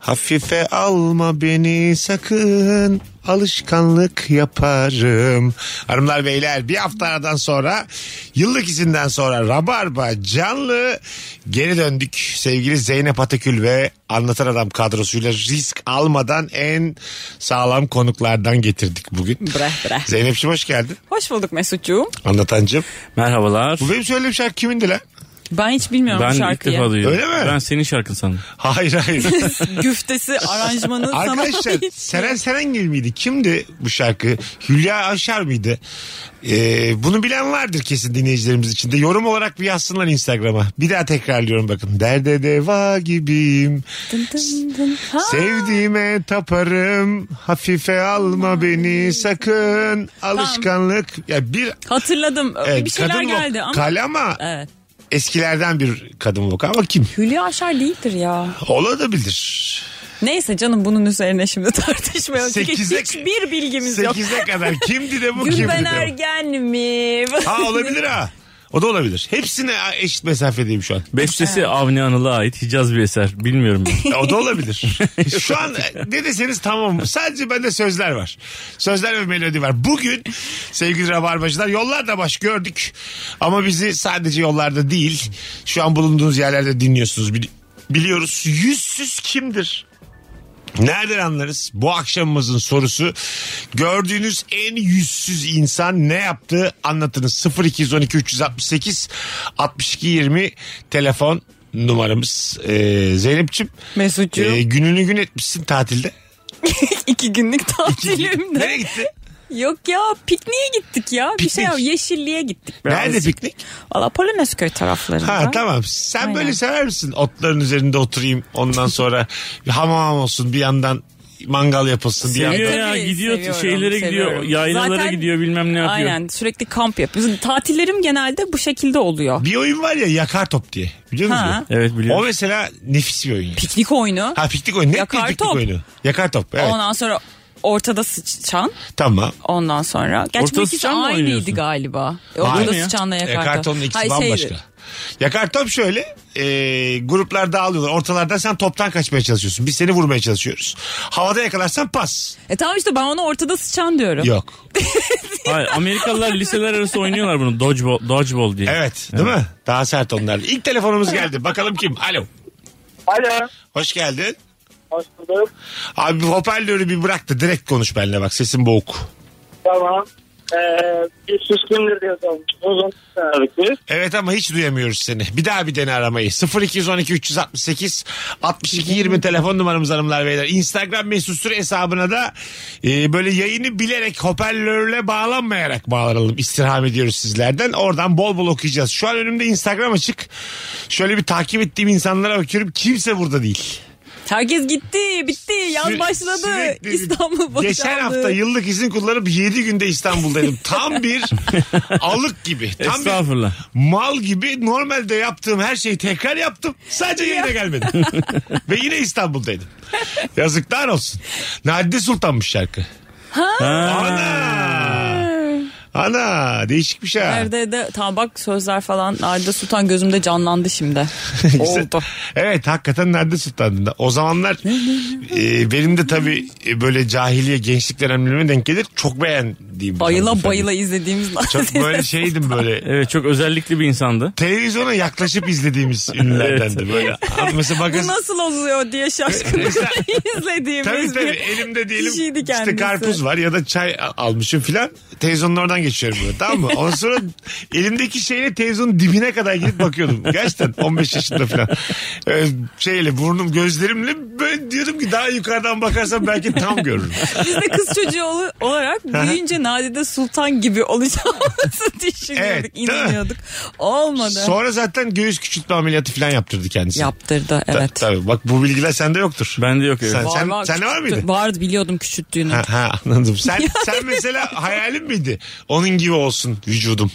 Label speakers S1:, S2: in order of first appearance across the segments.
S1: Hafife alma beni sakın, alışkanlık yaparım. Hanımlar beyler bir hafta aradan sonra, yıllık izinden sonra Rabarba canlı geri döndük. Sevgili Zeynep Atakül ve Anlatan Adam kadrosuyla risk almadan en sağlam konuklardan getirdik bugün.
S2: Breh breh.
S1: Zeynep'ciğim hoş geldin.
S2: Hoş bulduk Mesut'cuğum.
S1: Anlatancım.
S3: Merhabalar.
S1: Bu benim söylediğim şarkı kimindi lan?
S2: Ben hiç bilmiyorum
S3: Ben
S2: bu
S3: ilk
S2: şarkıyı.
S3: defa duyuyorum.
S1: Öyle mi?
S3: Ben senin şarkın sandım.
S1: Hayır hayır.
S2: Güftesi, aranjmanı sana
S1: Arkadaşlar
S2: ait. şey.
S1: Seren Serengil miydi? Kimdi bu şarkı? Hülya Aşar mıydı? Ee, bunu bilen vardır kesin dinleyicilerimiz içinde. Yorum olarak bir yazsınlar Instagram'a. Bir daha tekrarlıyorum bakın. Derde deva gibiyim.
S2: Dın dın dın. Ha,
S1: Sevdiğime taparım. Hafife alma beni sakın. Alışkanlık. Ya bir
S2: Hatırladım.
S1: e,
S2: bir şeyler
S1: kadın vok-
S2: geldi ama.
S1: Kale ama
S2: Evet.
S1: eskilerden bir kadın vokal ama kim?
S2: Hülya Aşar değildir ya.
S1: Olabilir.
S2: Neyse canım bunun üzerine şimdi tartışmayalım. Çünkü
S1: Sekize-
S2: hiçbir bilgimiz yok.
S1: 8'e kadar kimdi de bu kimdi
S2: Gülben
S1: de bu?
S2: Ergen mi?
S1: Ha olabilir ha. O da olabilir. Hepsine eşit mesafedeyim şu an.
S3: Bestesi Avni Anıl'a ait Hicaz bir eser. Bilmiyorum ben.
S1: E, O da olabilir. şu an ne deseniz tamam. Sadece bende sözler var. Sözler ve melodi var. Bugün sevgili Rabarbacılar yollarda baş gördük. Ama bizi sadece yollarda değil şu an bulunduğunuz yerlerde dinliyorsunuz. Bili- Biliyoruz yüzsüz kimdir? Nereden anlarız? Bu akşamımızın sorusu gördüğünüz en yüzsüz insan ne yaptı anlatınız. 0212 368 62 20 telefon numaramız. Ee, Zeynep'ciğim
S2: Mesut'cuğum
S1: e, gününü gün etmişsin tatilde.
S2: iki günlük
S1: Nereye
S2: tatilimde.
S1: gitti?
S2: Yok ya pikniğe gittik ya. Bir şey
S1: Piknik.
S2: yeşilliğe gittik.
S1: Nerede
S2: birazcık.
S1: piknik?
S2: Valla Polonezköy taraflarında.
S1: Ha tamam. Sen
S2: Aynen.
S1: böyle sever misin? Otların üzerinde oturayım. Ondan sonra bir hamam olsun. Bir yandan mangal yapılsın. Bir yandan
S3: Seviyor
S2: tabii,
S3: ya gidiyor
S2: seviyorum,
S3: şeylere gidiyor
S2: seviyorum.
S3: yaylalara
S2: Zaten-
S3: gidiyor bilmem ne yapıyor.
S2: Aynen sürekli kamp yapıyoruz. Tatillerim genelde bu şekilde oluyor.
S1: bir oyun var ya yakar top diye. Biliyor musun?
S2: Ha.
S3: Evet
S1: O
S3: biliyorum.
S1: mesela nefis bir oyun.
S2: Piknik oyunu.
S1: Ha piknik oyunu. Net
S2: Yakar
S1: bir piknik
S2: top.
S1: oyunu. Yakar top. Evet.
S2: Ondan sonra ortada sıçan.
S1: Tamam.
S2: Ondan sonra. Gerçi
S3: Ortada
S2: bu ikisi
S3: sıçan mı
S2: aynıydı
S3: oynuyorsun?
S2: galiba. E,
S1: Hayır
S2: ortada
S3: ya.
S2: sıçanla yakarta.
S1: Yakartonun ikisi
S2: Hayır, şey, şeydi.
S1: bambaşka. Yakar top şöyle e, gruplar dağılıyorlar. Ortalardan sen toptan kaçmaya çalışıyorsun. Biz seni vurmaya çalışıyoruz. Havada yakalarsan pas.
S2: E tamam işte ben ona ortada sıçan diyorum.
S1: Yok.
S3: Hayır, Amerikalılar liseler arası oynuyorlar bunu dodgeball, dodgeball diye.
S1: Evet değil mi? Daha sert onlar. İlk telefonumuz geldi. Bakalım kim? Alo.
S4: Alo.
S1: Hoş geldin.
S4: Hoş bulduk.
S1: Abi hoparlörü bir bırak da direkt konuş benimle bak sesin boğuk.
S4: Tamam. Ee, bir suskundür diye sormuştunuz. Onu
S1: Evet ama hiç duyamıyoruz seni. Bir daha bir dene aramayı. 0212 368 62 20 telefon numaramız hanımlar beyler. Instagram mesut süre hesabına da e, böyle yayını bilerek hoparlörle bağlanmayarak bağlanalım. İstirham ediyoruz sizlerden. Oradan bol bol okuyacağız. Şu an önümde Instagram açık. Şöyle bir takip ettiğim insanlara bakıyorum. Kimse burada değil.
S2: Herkes gitti bitti yaz
S1: Süre-
S2: başladı.
S1: sürekli-
S2: İstanbul boşaldı.
S1: Geçen hafta yıllık izin kullanıp 7 günde İstanbul'daydım. Tam bir alık gibi. Tam bir
S3: Estağfurullah.
S1: mal gibi normalde yaptığım her şeyi tekrar yaptım. Sadece yayına gelmedim. Ve yine İstanbul'daydım. Yazıklar olsun. Nadide Sultan'mış şarkı. Ana. Ana değişik bir şey. ha.
S2: Nerede de tamam bak sözler falan Arda Sultan gözümde canlandı şimdi. Oldu.
S1: Evet hakikaten nerede sultandın? O zamanlar e, benim de tabii e, böyle cahiliye gençlik dönemlerime denk gelir. Çok beğendiğim. bir
S2: Bayıla
S1: hanımefendi.
S2: bayıla izlediğimiz
S1: Çok böyle şeydim böyle.
S3: Evet çok özellikli bir insandı.
S1: Televizyona yaklaşıp izlediğimiz ünlülerdendi böyle. Abi Mesela
S2: Bu
S1: magazin...
S2: nasıl oluyor diye şaşkınlıkla izlediğimiz
S1: Tabii tabii
S2: bir
S1: elimde diyelim
S2: kişiydi
S1: işte
S2: kendisi.
S1: karpuz var ya da çay a- almışım filan. Televizyonun oradan geçiyorum böyle tamam mı? Ondan sonra elimdeki şeyle televizyonun dibine kadar gidip bakıyordum. Gerçekten 15 yaşında filan. Ee, şeyle burnum gözlerimle böyle diyordum ki daha yukarıdan bakarsam belki tam görürüm.
S2: Biz de kız çocuğu ol- olarak büyüyünce Nadide Sultan gibi olacağımızı
S1: Evet,
S2: düşünüyorduk,
S1: değil mi?
S2: inanıyorduk. Olmadı.
S1: Sonra zaten göğüs küçültme ameliyatı filan yaptırdı kendisi.
S2: Yaptırdı
S1: Ta-
S2: evet.
S1: tabii bak bu bilgiler sende yoktur.
S3: Bende yok evet.
S1: Sen- sende var
S2: küçülttü-
S1: mıydı?
S2: Vardı biliyordum küçülttüğünü.
S1: Ha, ha, anladım. Sen, sen mesela hayalin miydi? Onun gibi olsun vücudum.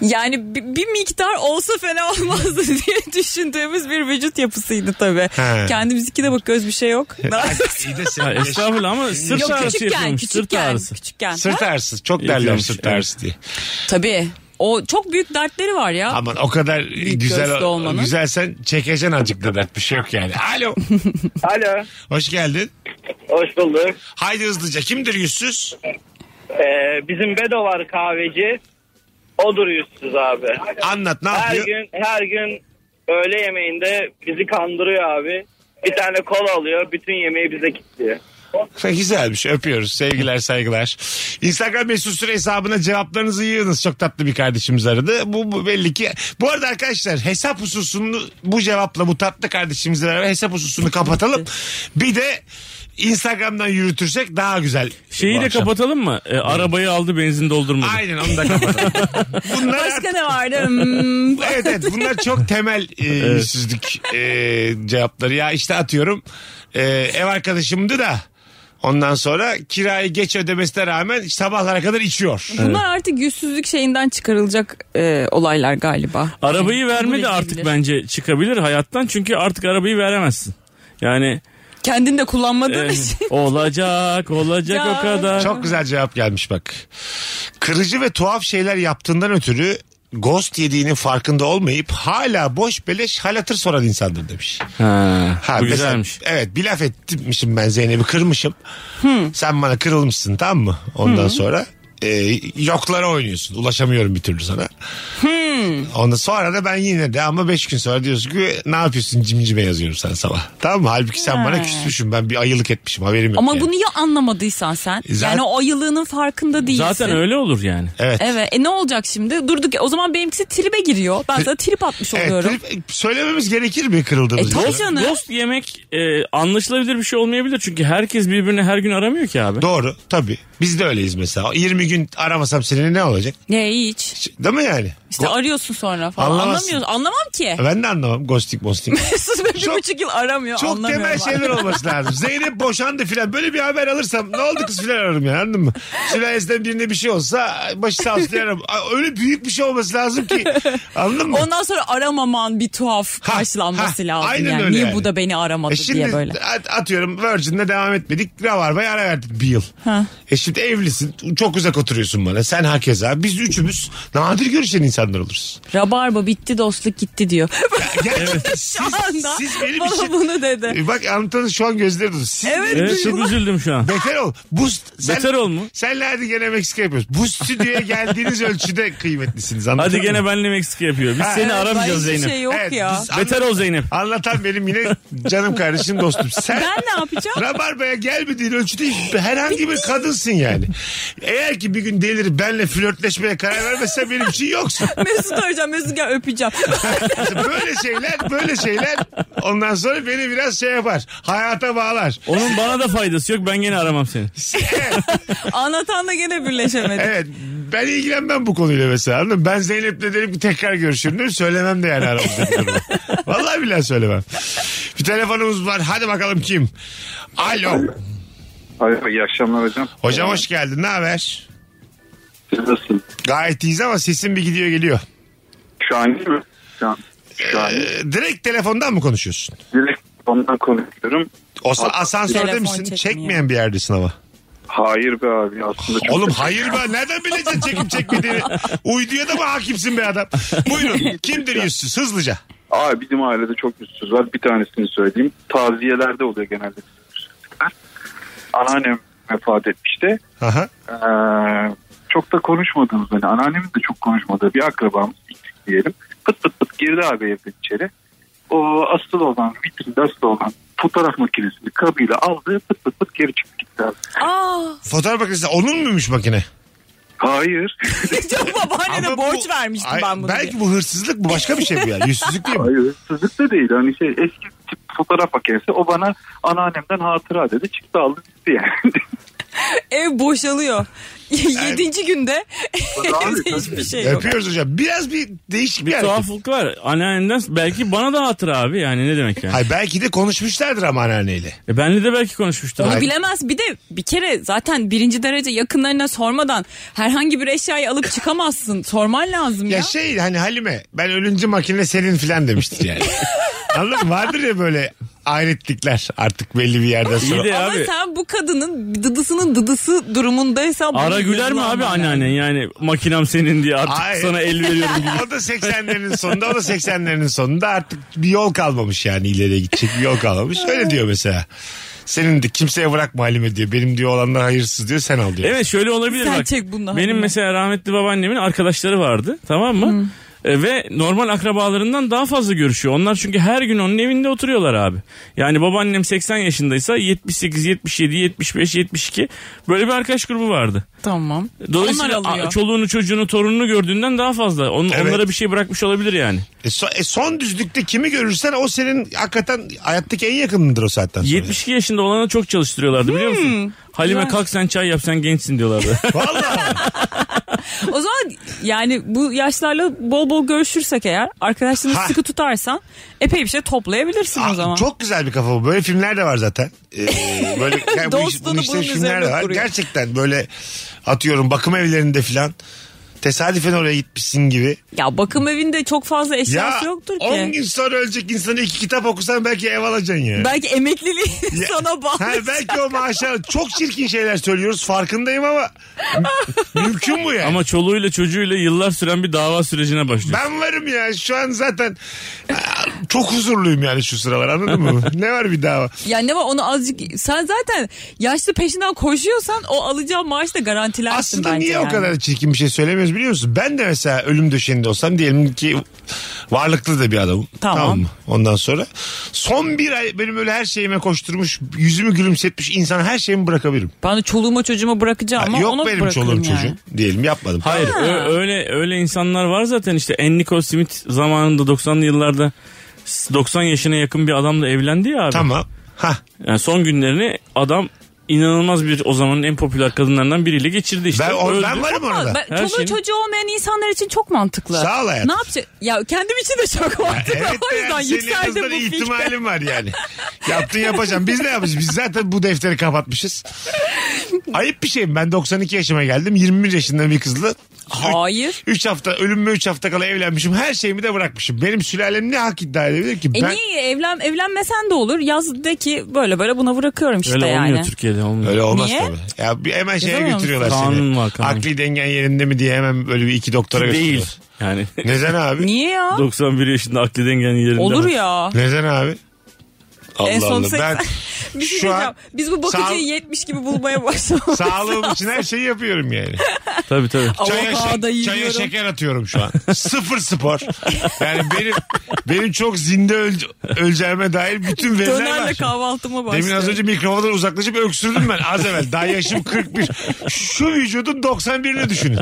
S2: Yani bi- bir miktar olsa fena olmazdı diye düşündüğümüz bir vücut yapısıydı tabii.
S1: He.
S2: Kendimizdeki de bakıyoruz bir şey yok.
S1: İyi de
S3: Ya
S1: sen
S3: estağfurullah ama sırt
S2: yok
S3: ağrısı
S2: küçükken,
S3: yapıyormuş. Sırt
S2: küçükken,
S3: ağrısı.
S2: küçükken.
S1: sırt
S2: Ha?
S1: ağrısı. Çok derler
S3: Yapıyormuş,
S1: sırt
S3: evet.
S1: ağrısı diye.
S2: Tabii. O çok büyük dertleri var ya.
S1: Aman o kadar güzel
S2: göğüste olmanın.
S1: güzelsen çekeceksin azıcık da dert bir şey yok yani. Alo.
S4: Alo.
S1: Hoş geldin.
S4: Hoş bulduk.
S1: Haydi hızlıca kimdir yüzsüz?
S4: Ee, bizim Bedo var kahveci. Odur yüzsüz abi.
S1: Anlat ne
S4: Her
S1: yapıyor?
S4: gün her gün öğle yemeğinde bizi kandırıyor abi. Bir tane kola alıyor. Bütün yemeği bize kilitliyor.
S1: Güzelmiş şey, öpüyoruz sevgiler saygılar. Instagram mesut süre hesabına cevaplarınızı yığınız. Çok tatlı bir kardeşimiz aradı. Bu, bu belli ki. Bu arada arkadaşlar hesap hususunu bu cevapla bu tatlı kardeşimizle beraber hesap hususunu kapatalım. Bir de Instagram'dan yürütürsek daha güzel.
S3: Şeyi
S1: bu
S3: de
S1: akşam.
S3: kapatalım mı? E, arabayı aldı benzin doldurmadı.
S1: Aynen onu da kapatalım. Bunlar
S2: Başka ne vardı? Hmm,
S1: evet evet bunlar çok temel e, yüzsüzlük e, cevapları. Ya işte atıyorum e, ev arkadaşımdı da ondan sonra kirayı geç ödemesine rağmen sabahlara kadar içiyor.
S2: Bunlar artık yüzsüzlük şeyinden çıkarılacak e, olaylar galiba.
S3: Arabayı verme de
S2: Kabul
S3: artık
S2: edilebilir.
S3: bence çıkabilir hayattan. Çünkü artık arabayı veremezsin. Yani
S2: Kendin de kullanmadığın
S3: e,
S2: için.
S3: olacak olacak
S2: Ya.
S3: o kadar.
S1: Çok güzel cevap gelmiş bak. Kırıcı ve tuhaf şeyler yaptığından ötürü ghost yediğinin farkında olmayıp hala boş beleş hal hatır soran insandır demiş.
S3: Ha,
S1: Ha,
S3: bu
S1: mesela-
S3: güzelmiş.
S1: evet bir laf etmişim ben Zeynep'i kırmışım.
S2: Hmm.
S1: Sen bana kırılmışsın tamam mı? Ondan sonra e, yoklara oynuyorsun. Ulaşamıyorum bir türlü sana.
S2: Hmm.
S1: Ondan sonra da ben yine de ama 5 gün sonra diyorsun ki ne yapıyorsun cimcime yazıyorum sana sabah. Tamam mı? Halbuki sen bana küsmüşsün ben bir ayılık etmişim haberim yok.
S2: Ama
S1: yani.
S2: bunu ya anlamadıysan sen.
S1: Zaten-
S2: Yani o ayılığının farkında değilsin.
S3: Zaten öyle olur yani.
S1: Evet.
S2: Evet. E ne olacak şimdi? Durduk. O zaman benimkisi tribe giriyor. Ben sana trip atmış
S1: Evet,
S2: oluyorum.
S1: trip- söylememiz gerekir mi kırıldığımız
S2: E, tabii
S1: için?
S2: canım.
S3: Dost yemek e, anlaşılabilir bir şey olmayabilir. Çünkü herkes birbirini her gün aramıyor ki abi.
S1: Doğru tabii. Biz de öyleyiz mesela. 20 gün aramasam seni ne olacak?
S2: Ne hiç.
S1: Değil mi yani?
S2: İşte arıyorsun sonra falan.
S1: Anlamazsın.
S2: Anlamıyorsun. Anlamam ki.
S1: Ben de anlamam ghosting mosting.
S2: Sus be bir
S1: Çok-
S2: buçuk yıl aramıyor.
S1: Çok
S2: anlamıyorum
S1: temel
S2: ben.
S1: şeyler olması lazım. Zeynep boşandı filan. Böyle bir haber alırsam ne oldu kız filan ararım ya anladın mı? Sülalesinden birine bir şey olsa başı sağ olsun diye ararım. A- Öyle büyük bir şey olması lazım ki anladın mı?
S2: Ondan sonra aramaman bir tuhaf
S1: Ha,
S2: karşılanması
S1: ha,
S2: lazım.
S1: aynen
S2: yani.
S1: öyle
S2: Niye
S1: yani.
S2: bu da beni aramadı
S1: E şimdi
S2: diye böyle.
S1: at- atıyorum Virgin'de devam etmedik. Rabarba'ya ara verdik bir yıl.
S2: Ha.
S1: E şimdi evlisin. Çok uzak oturuyorsun bana. Sen hakeza. Biz üçümüz nadir görüşen insanlar oluruz.
S2: Rabarba bitti dostluk gitti diyor.
S1: Gerçekten siz,
S2: Şu anda
S1: siz benim
S2: bana
S1: için...
S2: bunu dedi.
S1: E Bak anlatanın şu an gözleri durdu. Siz
S2: Evet,
S1: benim
S3: Evet,
S1: için-
S3: çok üzüldüm şu an.
S1: Beter ol. Bu, sen,
S3: Beter ol mu?
S1: Senle hadi gene Meksika yapıyoruz. Bu stüdyoya geldiğiniz ölçüde kıymetlisiniz. Anladın
S3: Hadi
S1: mı?
S3: gene benle Meksika yapıyor. Biz
S1: Ha,
S3: seni
S1: evet,
S3: aramayacağız
S2: Hiçbir
S3: Zeynep.
S2: şey yok
S1: Evet,
S2: ya.
S1: biz-
S3: Beter ol Zeynep.
S1: Anlatan benim yine canım kardeşim dostum. Sen
S2: Ben ne yapacağım?
S1: Rabarba'ya gelmediğin ölçüde herhangi bir kadınsın yani. Eğer ki bir gün delirip benle flörtleşmeye karar vermezsen benim için yoksun.
S2: Mesut arayacağım. Mesut gel öpeceğim.
S1: Böyle şeyler böyle şeyler ondan sonra beni biraz şey yapar. Hayata bağlar.
S3: Onun bana da faydası yok. Ben gene aramam seni.
S2: Anlatan da gene birleşemedi.
S1: Evet ben ilgilenmem bu konuyla mesela anladın mı? Ben Zeynep'le derim ki tekrar görüşürüm değil mi? Söylemem de yani aramızda. bir durumu. Vallahi billahi söylemem. Bir telefonumuz var hadi bakalım kim? Alo.
S5: Alo, iyi akşamlar hocam.
S1: Hocam hoş geldin ne haber?
S5: Siz nasılsınız?
S1: Gayet iyiyiz ama sesin bir gidiyor geliyor.
S5: Şu an iyi mi? Şu an, şu an iyi.
S1: Ee, direkt telefondan mı konuşuyorsun?
S5: direkt ondan konuşuyorum.
S1: O sa- asansörde
S2: Telefon
S1: misin?
S2: çekmiyor.
S1: Çekmeyen bir yerdesin ama.
S5: Hayır be abi aslında çok...
S1: Oğlum hayır be nereden bileceksin çekip çekmediğini? Uyduya da mı hakimsin be adam? Buyurun kimdir yüzsüz hızlıca?
S5: Abi bizim ailede çok yüzsüz var. Bir tanesini söyleyeyim. Taziyelerde oluyor genelde. bizim yüzsüzlükler. Anneannem vefat etmişti.
S1: Aha.
S5: Ee, çok da konuşmadığımız hani anneannemin de çok konuşmadığı bir akrabamız ilk diyelim. Pıt pıt pıt girdi abi evden içeri. O asıl olan vitrinde asıl olan fotoğraf makinesini kabıyla aldı pıt pıt pıt geri çıktı gitti abi.
S2: Aa,
S1: Fotoğraf makinesi onun muymuş makine?
S5: Hayır.
S2: çok babaannene
S1: Ama
S2: borç
S1: bu-
S2: vermiştim
S1: Ay,
S2: ben bunu
S1: Belki
S2: diye.
S1: bu hırsızlık bu başka bir şey bu yani. Yüzsüzlük değil mi?
S5: Hayır hırsızlık da değil. Hani şey eski tip fotoğraf makinesi. O bana anneannemden hatıra dedi. Çıktı aldı gitti yani.
S2: Ev boşalıyor. Yedinci günde
S5: Abi,
S2: evde
S5: tabii.
S2: hiçbir şey yok.
S1: Öpüyoruz hocam. Biraz bir değişik bir hareket.
S3: Tuhaflık var. Anneannemden belki bana da hatıra abi yani ne demek yani.
S1: Hayır, belki de konuşmuşlardır ama anneanneyle.
S3: E benle de belki konuşmuştur.
S2: Onu
S3: Abi.
S2: bilemez. Bir de bir kere zaten birinci derece yakınlarına sormadan herhangi bir eşyayı alıp çıkamazsın. Sorman lazım ya.
S1: Ya şey hani Halime ben ölünce makine senin filan demiştir yani. Anladın mı? Vardır ya böyle ayrıtlıklar artık belli bir yerden
S3: İyi
S1: sonra.
S3: de
S2: Ama
S3: abi.
S2: sen bu kadının dıdısının dıdısı durumundaysa... bunu
S3: Ara güler mi
S2: yazılan
S3: abi
S2: bana.
S3: anneannen yani makinem senin diye artık
S1: Hayır.
S3: sana el veriyorum gibi.
S1: O da 80'lerin sonunda o da 80'lerin sonunda artık bir yol kalmamış yani ileriye gidecek bir yol kalmamış. Öyle diyor mesela. Senin de kimseye bırakma Halime diyor. Benim diyor olanlar hayırsız diyor sen al diyor.
S3: Evet şöyle olabilir
S2: Sen
S3: bak.
S2: çek bunu da
S3: Benim
S2: hadi.
S3: mesela rahmetli babaannemin arkadaşları vardı tamam mı? E, ve normal akrabalarından daha fazla görüşüyor. Onlar çünkü her gün onun evinde oturuyorlar abi. Yani babaannem 80 yaşındaysa 78, 77, 75, 72 böyle bir arkadaş grubu vardı.
S2: Tamam.
S3: Dolayısıyla
S2: Onlar alıyor.
S3: a- çoluğunu çocuğunu torununu gördüğünden daha fazla. On-
S1: Evet.
S3: Onlara bir şey bırakmış olabilir yani.
S1: E, so- e, son düzlükte kimi görürsen o senin hakikaten hayattaki en yakınındır o saatten sonra.
S3: 72 yaşında olana çok çalıştırıyorlardı biliyor musun? Halime
S2: güzel.
S3: kalk sen çay yap sen gençsin diyorlardı.
S1: Vallahi.
S2: O zaman yani bu yaşlarla bol bol görüşürsek eğer arkadaşlarını
S1: Ha.
S2: sıkı tutarsan epey bir şey toplayabilirsin
S1: Aa,
S2: o zaman.
S1: Ah, Çok güzel bir kafa bu. Böyle filmler de var zaten. Ee, böyle yani bu, iş, bu
S2: Dostluğunu
S1: işlerin
S2: bunun
S1: filmler de
S2: üzerine
S1: var.
S2: kuruyor.
S1: Gerçekten böyle atıyorum bakım evlerinde filan. Tesadüfen oraya gitmişsin gibi.
S2: Ya bakım evinde çok fazla
S1: Ya
S2: eşyası yoktur ki.
S1: 10 gün sonra ölecek insanı iki kitap okusan belki ev alacaksın ya.
S2: Belki emekliliği
S1: Ya-
S2: sana bağlı.
S1: Ha, belki o maaşa çok çirkin şeyler söylüyoruz farkındayım ama mü- mümkün bu yani.
S3: Ama çoluğuyla çocuğuyla yıllar süren bir dava sürecine başlıyor.
S1: Ben varım ya şu an zaten aa, çok huzurluyum yani şu sıralar anladın mı? ne var bir dava?
S2: Ya ne var onu azıcık sen zaten yaşlı peşinden koşuyorsan o alacağın maaşı da garantilersin
S1: Aslında
S2: bence
S1: niye
S2: yani.
S1: o kadar çirkin bir şey söylemiyoruz biliyor musun? Ben de mesela ölüm döşeğinde olsam diyelim ki varlıklı da bir adamım.
S2: Tamam.
S1: mı? Ondan sonra son bir ay benim öyle her şeyime koşturmuş, yüzümü gülümsetmiş insan her şeyimi bırakabilirim.
S2: Ben de çoluğuma çocuğuma bırakacağım ama
S1: Yok
S2: ona
S1: benim
S2: bırakırım
S1: çoluğum
S2: yani.
S1: çocuğum diyelim yapmadım.
S3: Hayır ö- öyle öyle insanlar var zaten işte en Nicole Smith zamanında 90'lı yıllarda 90 yaşına yakın bir adamla evlendi ya abi.
S1: Tamam. Ha.
S3: Yani son günlerini adam inanılmaz bir o zamanın en popüler kadınlarından biriyle geçirdi işte.
S1: Ben, o,
S3: Öldü.
S1: ben varım
S2: Ama
S1: orada.
S2: ben-
S3: Her
S2: çoluğu
S3: şeyin-
S2: çocuğu olmayan insanlar için çok mantıklı.
S1: Sağ ol hayatım.
S2: Ne yapacak? Ya kendim için de çok mantıklı.
S1: Evet
S2: o yüzden
S1: yani senin en
S2: yükseldi
S1: azından
S2: bu fikre.
S1: ihtimalim var yani. Yaptın yapacağım. Biz ne yapacağız? Biz zaten bu defteri kapatmışız. Ayıp bir şey mi? Ben 92 yaşıma geldim. 21 yaşında bir kızla
S2: Hayır.
S1: 3 hafta ölümüme 3 hafta kala evlenmişim. Her şeyimi de bırakmışım. Benim sülalem ne hak iddia edebilir ki?
S2: E
S1: ben
S2: niye evlen evlenmesen de olur. Yaz de ki böyle böyle buna bırakıyorum işte
S3: Öyle
S2: yani.
S3: olmuyor Türkiye'de olmuyor.
S1: Öyle olmaz
S2: Niye?
S1: tabii. Ya bir hemen şeye
S2: Yapamıyor
S1: götürüyorlar
S3: musun?
S1: seni.
S3: Kanun var, kanun.
S1: Akli dengen yerinde mi diye hemen böyle bir iki doktora
S3: Değil.
S1: götürüyorlar.
S3: Yani
S1: Neden abi?
S2: Niye ya?
S3: 91 yaşında akli dengenin yerinde.
S2: Olur ya.
S1: Neden abi? Allah
S2: en son
S1: Allah.
S2: seksen-
S1: Ben
S2: Bir şey
S1: şu an
S2: diyeceğim. Biz bu bakıcıyı
S1: sağ-
S2: 70 gibi bulmaya başladık.
S1: sağlığım için her şeyi yapıyorum yani.
S3: Tabii tabii.
S1: Çaya, şek-
S2: Avokado
S1: çaya
S2: yiyorum.
S1: şeker atıyorum şu an. Sıfır spor. Yani benim benim çok zinde öl- öleceğime dair bütün veriler
S2: Dönerle
S1: var.
S2: kahvaltıma başladım.
S1: Demin az önce mikrofondan uzaklaşıp öksürdüm ben az evvel. Daha yaşım 41. Şu vücudun 91'ini düşünün.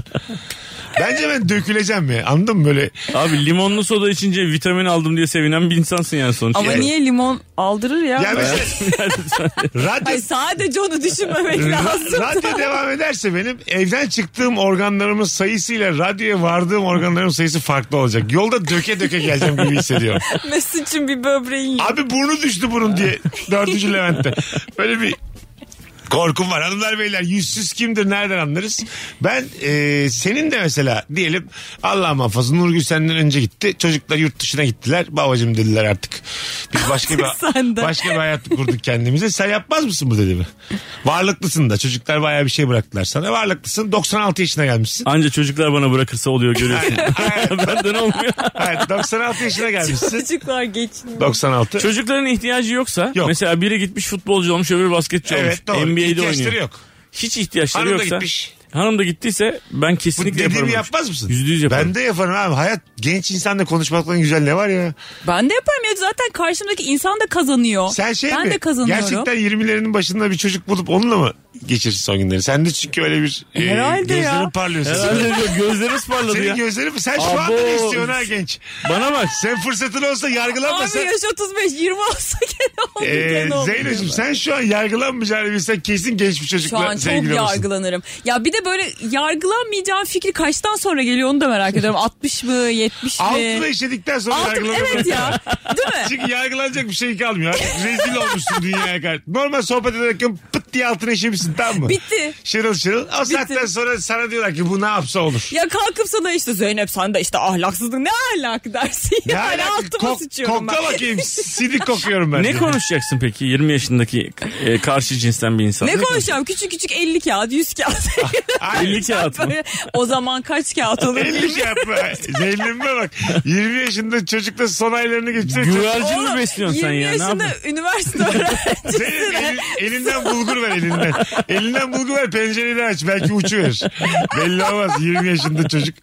S1: Bence ben döküleceğim ya. Anladın mı böyle?
S3: Abi limonlu soda içince vitamin aldım diye sevinen bir insansın yani sonuçta.
S2: Ama niye limon aldırır ya?
S1: şey- Ya şey- mesela radyo,
S2: Ay sadece onu düşünmemek lazım.
S1: radyo devam ederse benim evden çıktığım organlarımın sayısıyla radyoya vardığım organlarımın sayısı farklı olacak. Yolda döke döke geleceğim gibi hissediyorum.
S2: Mesut'cum bir böbreğin yok.
S1: Abi burnu düştü bunun diye. Dördüncü Levent'te. Böyle bir korkum var. Hanımlar beyler yüzsüz kimdir nereden anlarız? Ben e, senin de mesela diyelim Allah muhafaza Nurgül senden önce gitti. Çocuklar yurt dışına gittiler. Babacım dediler artık. Biz başka bir,
S2: Sen de.
S1: başka bir hayat kurduk kendimize. Sen yapmaz mısın bu dediğimi? Varlıklısın da çocuklar bayağı bir şey bıraktılar sana. Varlıklısın 96 yaşına gelmişsin.
S3: Anca çocuklar bana bırakırsa oluyor görüyorsun. Benden olmuyor.
S1: Evet 96 yaşına gelmişsin.
S2: Çocuklar geçiniyor.
S1: 96.
S3: Çocukların ihtiyacı yoksa
S1: Yok.
S3: mesela biri gitmiş futbolcu olmuş öbürü basketçi
S1: Evet
S3: olmuş.
S1: doğru.
S3: NBA'de
S1: İhtiyaçları
S3: oynuyor.
S1: yok.
S3: Hiç ihtiyaçları
S1: Hanım da
S3: yoksa.
S1: gitmiş.
S3: Hanım da gittiyse ben
S1: Bu
S3: kesinlikle yaparım.
S1: dediğimi
S3: abi.
S1: yapmaz mısın?
S3: Yüzde yüz yaparım.
S1: Ben de yaparım abi. Hayat genç insanla konuşmaktan güzel ne var ya?
S2: Ben de yaparım ya zaten karşımdaki insan da kazanıyor.
S1: Sen şey
S2: ben
S1: mi?
S2: de kazanıyorum.
S1: Gerçekten 20'lerinin başında bir çocuk bulup onunla mı geçirsin son günleri. Sen de çünkü öyle bir e,
S2: Herhalde ya.
S1: gözlerin parlıyor. senin.
S3: Herhalde gözlerimiz parladı
S1: Senin
S3: ya.
S1: gözlerin sen şu anda
S3: Abo.
S1: ne istiyorsun ha genç?
S3: Bana bak.
S1: Sen fırsatın olsa yargılanma
S2: Abi
S1: sen.
S2: yaş 35 20 olsa gene
S1: Ee,
S2: olmayacak ne olur.
S1: Zeynep'ciğim sen şu an yargılanmayacağını bilsen kesin genç bir
S2: Şu an
S1: çocukla
S2: çok
S1: sevgili olursun.
S2: yargılanırım. Ya bir de böyle yargılanmayacağım fikri kaçtan sonra geliyor onu da merak ediyorum. 60 mı 70 mi?
S1: Altına işledikten sonra
S2: Altı-
S1: yargılanırım.
S2: evet ya. Değil mi?
S1: Çünkü yargılanacak bir şey kalmıyor. Rezil olmuşsun dünyaya karşı. Normal sohbet ederken pıt diye altına işemişsin tamam mı?
S2: Bitti.
S1: Şırıl şırıl. O saatten sonra sana diyorlar ki bu ne yapsa olur.
S2: Ya kalkıp sana işte Zeynep sen de işte ahlakssızlık ne ahlak dersin.
S1: Ne
S2: yani
S1: alaka?
S2: Hani altıma
S1: Kok-
S2: sıçıyorum ben.
S1: kokla bakayım. Sidik kokuyorum ben.
S3: Ne
S1: de.
S3: konuşacaksın peki 20 yaşındaki e, karşı cinsten bir insan?
S2: Ne konuşacağım? Küçük küçük 50 kağıt, 100 kağıt.
S1: Ay,
S3: 50 kağıt mı?
S2: Böyle, o zaman kaç kağıt olur?
S1: Elli şey yapma. Zeynep'ime bak. 20 yaşında çocukla son aylarını geçirecek.
S3: Güvercin
S2: Oğlum,
S3: mi besliyorsun sen
S2: 20
S3: ya? Ne
S2: yaşında
S3: yapıyorsun?
S2: üniversite öğrencisine.
S1: Zeynep elin- elinden bulgur ver elinden. Elinden bulgur ver pencereni aç. Belki uçuyor. Belli olmaz 20 yaşında çocuk.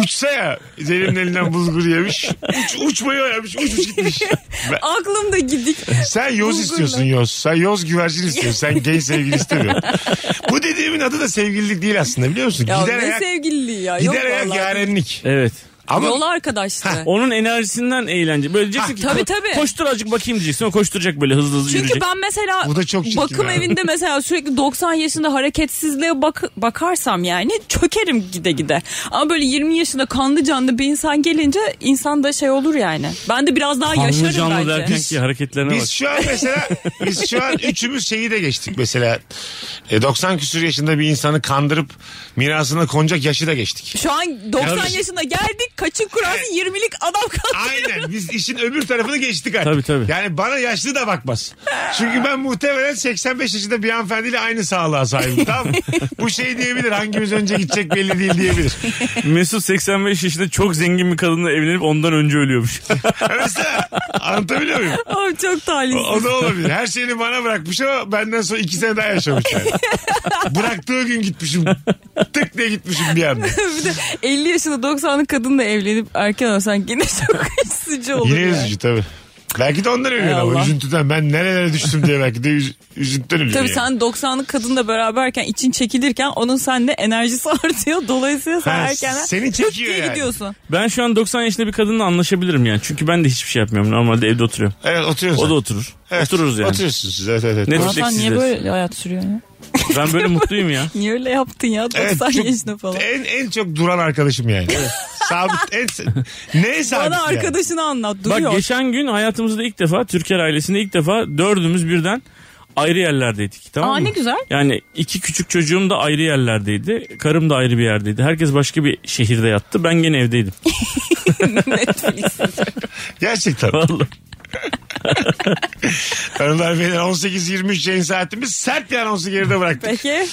S1: Uçsa ya Zeynep'in elinden bulgur yemiş. Uç, uçmayı öğrenmiş. Uçmuş gitmiş. Ben-
S2: Aklımda gidik.
S1: sen yoz
S2: Bulgurla.
S1: istiyorsun yoz. Sen yoz güvercin istiyorsun. Sen genç sevgili istemiyorsun. Bu dediğimin adı da sevgililik değil aslında biliyor musun?
S2: Ya
S1: gider
S2: ne
S1: ayak,
S2: sevgililiği ya. Yok
S1: gider ayak
S2: vallahi.
S1: yarenlik.
S3: Evet.
S1: Ama
S2: Yol arkadaşlığı.
S3: Onun enerjisinden eğlence. Böyle diyeceksin ki
S2: tabii,
S3: "Ko-
S2: tabii.
S3: koştur azıcık bakayım diyeceksin. O koşturacak böyle hızlı hızlı
S2: Çünkü
S3: yürüyecek.
S2: ben mesela
S1: Bu da çok çirkin
S2: bakım
S1: ha.
S2: evinde mesela sürekli 90 yaşında hareketsizliğe bak bakarsam yani çökerim gide gide. Ama böyle 20 yaşında kanlı canlı bir insan gelince insan da şey olur yani. Ben de biraz daha
S3: Kanlı
S2: yaşarım
S3: canlı
S2: bence.
S3: derken ki hareketlerine bak.
S1: Biz şu an mesela biz şu an üçümüz şeyi de geçtik mesela. E, 90 küsur yaşında bir insanı kandırıp mirasına konacak yaşı da geçtik.
S2: Şu an 90
S1: Yalnız-
S2: yaşına geldik. Kaçın kurarsın 20'lik adam kaldı.
S1: Aynen biz işin öbür tarafını geçtik artık.
S3: Tabii, tabii.
S1: Yani bana yaşlı da bakmaz. Çünkü ben muhtemelen 85 yaşında bir hanımefendiyle aynı sağlığa sahibim. Tam bu şey diyebilir hangimiz önce gidecek belli değil diyebilir.
S3: Mesut 85 yaşında çok zengin bir kadınla evlenip ondan önce ölüyormuş.
S1: Mesela anlatabiliyor muyum?
S2: Abi çok
S1: O,
S2: talihsiz.
S1: o da olabilir. Her şeyini bana bırakmış ama benden sonra iki sene daha yaşamış yani. Bıraktığı gün gitmişim. Tık diye gitmişim bir anda.
S2: bir de 50 yaşında 90'lık kadınla evlenip erken olsan gene çok üzücü olur.
S1: Yine
S2: yani.
S1: üzücü tabii. Belki de ondan ölüyor
S2: Ey
S1: ama
S2: Allah.
S1: üzüntüden. Ben nerelere düştüm diye belki de üz- üzüntüden ölüyor.
S2: Tabii
S1: yani.
S2: sen 90'lık kadınla beraberken için çekilirken onun sende enerjisi artıyor. Dolayısıyla sen
S1: Ha,
S2: erken
S1: seni
S2: tık
S1: çekiyor
S2: diye
S1: yani.
S2: gidiyorsun.
S3: ben şu an 90 yaşında bir kadınla anlaşabilirim yani. Çünkü ben de hiçbir şey yapmıyorum. Normalde evde oturuyorum.
S1: Evet oturuyorsun.
S3: O da oturur.
S1: Evet,
S3: Otururuz yani.
S1: Oturuyorsunuz siz, evet evet. evet.
S3: Ne
S2: Ama
S3: diyecek
S2: sen niye
S3: sizler?
S2: böyle hayat sürüyor ya?
S3: Ben böyle mutluyum ya.
S2: Niye öyle yaptın ya 90
S1: Evet, çok- e,
S2: yaşında falan?
S1: En, en çok duran arkadaşım yani. sabit. En, ne sabit
S2: Bana
S1: yani?
S2: arkadaşını anlat
S3: Bak
S2: duruyor.
S3: geçen gün hayatımızda ilk defa Türker ailesinde ilk defa dördümüz birden ayrı yerlerdeydik. Tamam
S2: Aa,
S3: mı?
S2: ne güzel.
S3: Yani iki küçük çocuğum da ayrı yerlerdeydi. Karım da ayrı bir yerdeydi. Herkes başka bir şehirde yattı. Ben gene evdeydim.
S2: Netflix.
S1: Gerçekten.
S3: Vallahi.
S1: Hanımlar beyler 18-23 yayın saatimiz sert bir anonsu geride bıraktık.
S2: Peki.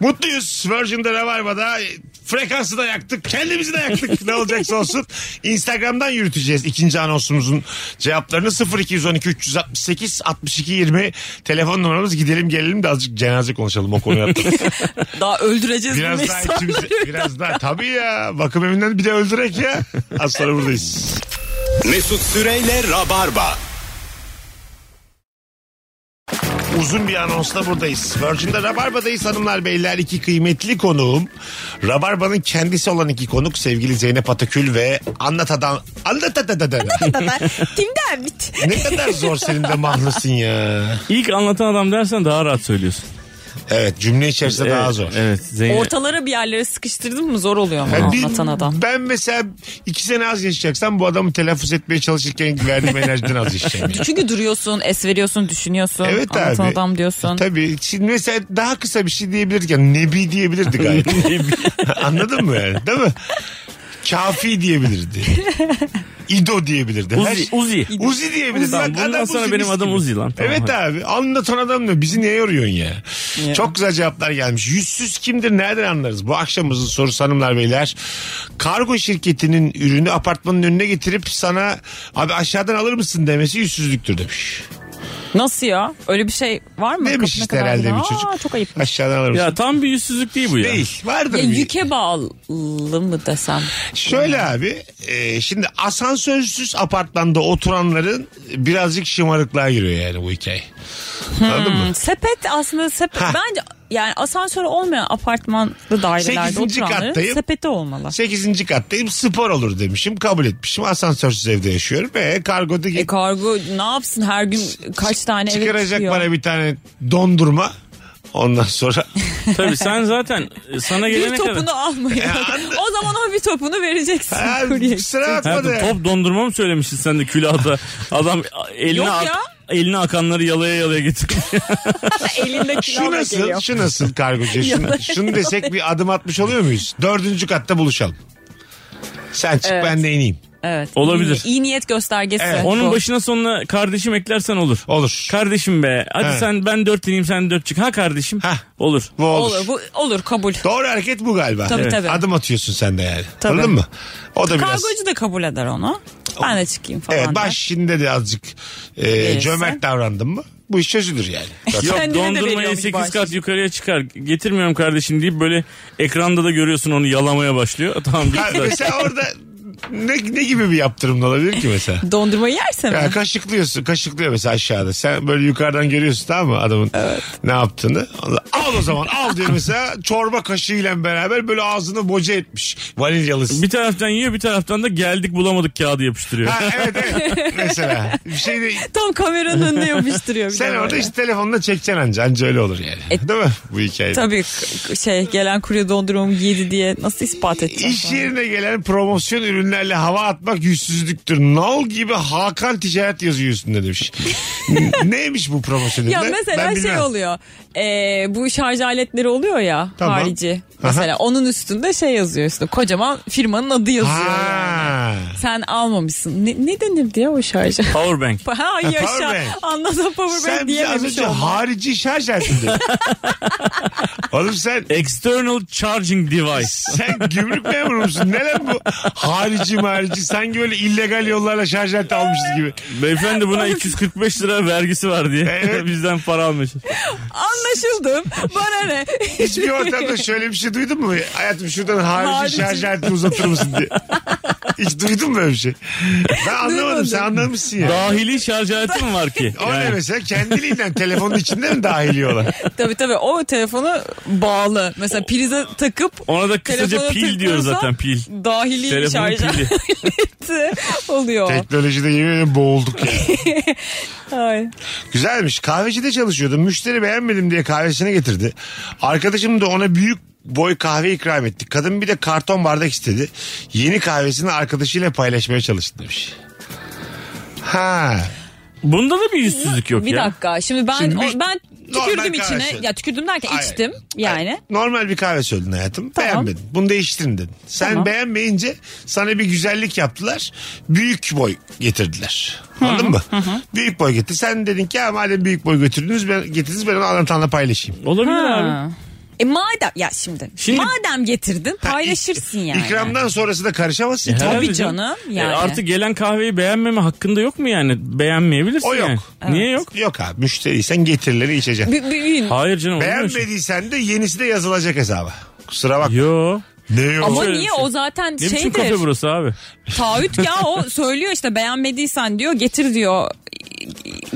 S1: Mutluyuz. Virgin'de Rabarba'da e, frekansı da yaktık. Kendimizi de yaktık. ne olacaksa olsun. Instagram'dan yürüteceğiz ikinci anonsumuzun cevaplarını. 0212 368 62 20 telefon numaramız. Gidelim gelelim de azıcık cenaze konuşalım o konuyu. atladık.
S2: Daha öldüreceğiz bu
S1: biraz daha
S2: insanları.
S1: içimize, biraz daha. Tabii ya. Bakım evinden bir de öldürek ya. Az sonra buradayız.
S6: Mesut Süreyle Rabarba.
S1: Uzun bir anonsla buradayız. Virgin'de Rabarba'dayız hanımlar beyler. iki kıymetli konuğum. Rabarba'nın kendisi olan iki konuk sevgili Zeynep Atakül ve Anlatadan... Anlatadan...
S2: Kimden bit?
S1: ne kadar zor senin de mahlısın ya.
S3: İlk anlatan adam dersen daha rahat söylüyorsun.
S1: Evet cümle içerisinde daha
S3: Evet,
S1: zor.
S3: Evet. Zeynep.
S2: Ortalara bir yerlere sıkıştırdın mı zor oluyor mu
S1: Ben bir-
S2: anlatan adam?
S1: Ben mesela iki sene az yaşayacaksam bu adamı telaffuz etmeye çalışırken verdiğim enerjiden az yaşayacağım. yani.
S2: Çünkü duruyorsun, es veriyorsun, düşünüyorsun.
S1: Evet
S2: anlatan
S1: abi.
S2: adam diyorsun.
S1: Tabii. Şimdi mesela daha kısa bir şey diyebilirdik. Yani nebi diyebilirdi gayet. Anladın mı yani? Değil mi? Kafi diyebilirdi. İdo diyebilirdi. Her
S3: Uzi.
S1: şey-
S3: Uzi.
S1: Uzi diyebilirdi.
S3: Tamam,
S1: Bak,
S3: bundan
S1: adam
S3: sonra
S1: Uzi,
S3: benim
S1: mis
S3: adım
S1: gibi.
S3: Uzi lan. Tamam,
S1: evet
S3: hadi.
S1: abi anlatan adam diyor. Bizi niye yoruyorsun ya? Çok güzel cevaplar gelmiş. Yüzsüz kimdir nereden anlarız? Bu akşamımızın sorusu hanımlar beyler. Kargo şirketinin ürünü apartmanın önüne getirip sana abi aşağıdan alır mısın demesi yüzsüzlüktür demiş.
S2: Nasıl ya? Öyle bir şey var mı?
S1: Demiş
S2: Kapına
S1: işte
S2: kadar
S1: herhalde
S2: giden.
S1: bir çocuk.
S2: Aa, çok ayıp.
S1: Aşağıdan alır mısın?
S3: Ya tam bir yüzsüzlük değil bu ya.
S1: Değil. Vardır
S2: Ya
S1: bir-
S2: yüke bağlı mı desem?
S1: Şöyle abi e, şimdi asansörsüz apartmanda oturanların
S2: Hmm.
S1: birazcık şımarıklığa giriyor yani bu hikaye. Anladın mı?
S2: Sepet aslında sepet.
S1: Hah.
S2: Bence yani asansör olmayan apartmanlı dairelerde
S1: Sekizinci
S2: oturanların
S1: kattayım. Şey-
S2: sepeti olmalı.
S1: 8. kattayım spor olur demişim kabul etmişim asansörsüz evde yaşıyorum ve kargoda
S2: E kargo ne yapsın her gün kaç tane eve
S1: çıkaracak
S2: çıkıyor.
S1: bana bir tane dondurma ondan sonra
S3: Tabii sen zaten sana gelene
S2: bir
S3: kadar.
S2: topunu almayın. o zaman o bir topunu vereceksin
S1: E, Ha,
S2: kurye.
S1: sıra
S3: Ha,
S1: atmadı
S3: top dondurma mı söylemiştin sen de külahta? Adam eline,
S2: Yok
S3: ak-
S2: ya.
S3: eline akanları yalaya yalaya getirmiş.
S2: Elinde
S1: Şu
S2: kilonla
S1: nasıl?
S2: geliyor.
S1: Şu nasıl kargocu? Şunu, şunu desek bir adım atmış oluyor muyuz? Dördüncü katta buluşalım. Sen çık
S2: Evet.
S1: ben de ineyim.
S2: Evet.
S3: Olabilir.
S2: İyi, iyi niyet göstergesi.
S1: Evet.
S2: bu.
S3: Onun başına sonuna kardeşim eklersen olur.
S1: Olur.
S3: Kardeşim be. Hadi
S1: Evet.
S3: sen ben dört ineyim sen dört çık. Ha kardeşim.
S1: Hah.
S3: Olur.
S1: Bu olur.
S2: Olur, bu, olur kabul.
S1: Doğru hareket bu galiba.
S2: Tabii, Evet. tabii.
S1: Adım atıyorsun sen de yani.
S2: Tabii.
S1: Anladın mı? O da biraz...
S2: Kargocu da kabul eder onu. Ben de çıkayım falan.
S1: Evet
S2: der.
S1: baş şimdi de azıcık e,
S2: Verirsen.
S1: cömert davrandım mı bu iş çözülür yani. Zaten-
S3: Yok
S2: Kendine de veriyorum
S3: dondurmayı
S2: bir
S3: 8
S2: bahşiş.
S3: kat yukarıya çıkar. Getirmiyorum kardeşim deyip böyle ekranda da görüyorsun onu yalamaya başlıyor. Tamam
S1: Ha,
S3: bitti.
S1: mesela orada ne, ne gibi bir yaptırımla olabilir ki mesela?
S2: Dondurma yerse mi?
S1: Ya kaşıklıyorsun. Kaşıklıyor mesela aşağıda. Sen böyle yukarıdan görüyorsun tamam mı adamın ne yaptığını. Al o zaman al diyor mesela. Çorba kaşığıyla beraber böyle ağzını boca etmiş. Vanilyalısı.
S3: bir taraftan yiyor bir taraftan da geldik bulamadık kağıdı yapıştırıyor.
S1: Ha, evet evet. mesela. Bir şey de
S2: Tam kameranın önüne yapıştırıyor. bir de
S1: sen orada
S2: böyle. E,
S1: işte telefonla çekeceksin anca. Anca öyle olur yani. Değil mi bu hikaye?
S2: Tabii k- şey gelen kurye dondurmamı yedi diye nasıl ispat edeceğim?
S1: İş yerine gelen promosyon ürünlerle hava atmak yüzsüzlüktür. Nal gibi Hakan Ticaret yazıyor üstünde demiş. Neymiş bu promosyon
S2: Ya
S1: ürünler?
S2: mesela
S1: Ben
S2: şey
S1: bilmem.
S2: oluyor. Ee, bu şarj aletleri oluyor ya
S1: Tamam.
S2: harici. Mesela onun üstünde şey yazıyor üstünde. Kocaman firmanın adı yazıyor. yani.
S1: Ha.
S2: Sen almamışsın. Ne, ne denir diye o şarja?
S3: Powerbank.
S2: Ha yaşa.
S1: powerbank.
S2: Anladım powerbank
S1: Sen bize az
S2: diyememiş
S1: önce
S2: oldum.
S1: harici şarj aletini dedin. Oğlum sen
S3: External charging device.
S1: sen gümrük memuru musun? Neler bu? Harici marici sanki böyle illegal yollarla şarj aleti almışız gibi.
S3: Beyefendi buna 245 lira vergisi var diye.
S2: E,
S1: Evet.
S3: Bizden para almış.
S2: Anlaşıldım. Bana ne?
S1: Hiçbir ortamda şöyle bir şey duydun mu? Hayatım şuradan harici,
S2: Harici.
S1: şarj aletini uzatır mısın diye. Hiç duydun mu böyle bir şey? Ben anlamadım. Sen anlamışsın ya.
S3: Dahili şarj aleti mi var ki?
S1: O ne
S3: Yani
S1: mesela kendiliğinden telefonun içinde mi dahili olan?
S2: tabii tabii o telefonu bağlı. Mesela prize takıp
S3: Ona da kısaca
S2: Telefona
S3: pil diyor
S2: tıklıyorsan-
S3: zaten pil.
S2: dahili
S3: Telefonun
S2: şarj
S3: pili.
S2: aleti oluyor.
S1: Teknolojide yemin ederim boğulduk ya.
S2: Ay.
S1: Güzelmiş. Kahvecide çalışıyordum. Müşteri beğenmedim diye kahvesine getirdi. Arkadaşım da ona büyük boy kahve ikram etti. Kadın bir de karton bardak istedi. Yeni kahvesini arkadaşıyla paylaşmaya çalıştı demiş. Ha.
S3: Bunda da bir yüzsüzlük yok
S2: bir
S3: ya.
S2: dakika. Şimdi ben
S1: Şimdi bir-
S2: o- ben
S1: Normal
S2: tükürdüm içine.
S1: kahvesi.
S2: Ya tükürdüm derken
S1: Hayır.
S2: içtim yani.
S1: Normal bir kahve söyledin hayatım.
S2: Tamam.
S1: Beğenmedin. Bunu değiştirin dedin. Sen
S2: Tamam.
S1: beğenmeyince sana bir güzellik yaptılar. Büyük boy getirdiler. Anladın mı? Büyük boy getir. Sen dedin ki ya madem büyük boy götürdünüz ben, getirdiniz ben onu anlatanla paylaşayım.
S3: Olabilir abi.
S2: Ha. E madem ya şimdi,
S3: Şimdi-
S2: madem getirdin paylaşırsın yani.
S1: İkramdan sonrası da karışamazsın. ki.
S3: Herhalde E,
S2: canım, yani.
S3: artık gelen kahveyi beğenmeme hakkında yok mu yani? Beğenmeyebilirsin
S1: O yok.
S3: yani. Niye yok?
S1: Yok abi müşteriysen getirileri içeceksin.
S2: Bir- bir-
S3: Hayır canım. olmuyor
S2: şey?
S3: şimdi.
S1: Beğenmediysen de yenisi de yazılacak hesaba. Kusura bak.
S3: Yo.
S1: Ne yok?
S2: ama
S3: Şöyle
S2: niye
S3: bir şey.
S2: o zaten
S3: Ne biçim
S2: şeydir.
S3: kafe burası abi?
S2: Taahhüt ya o söylüyor işte beğenmediysen diyor getir diyor.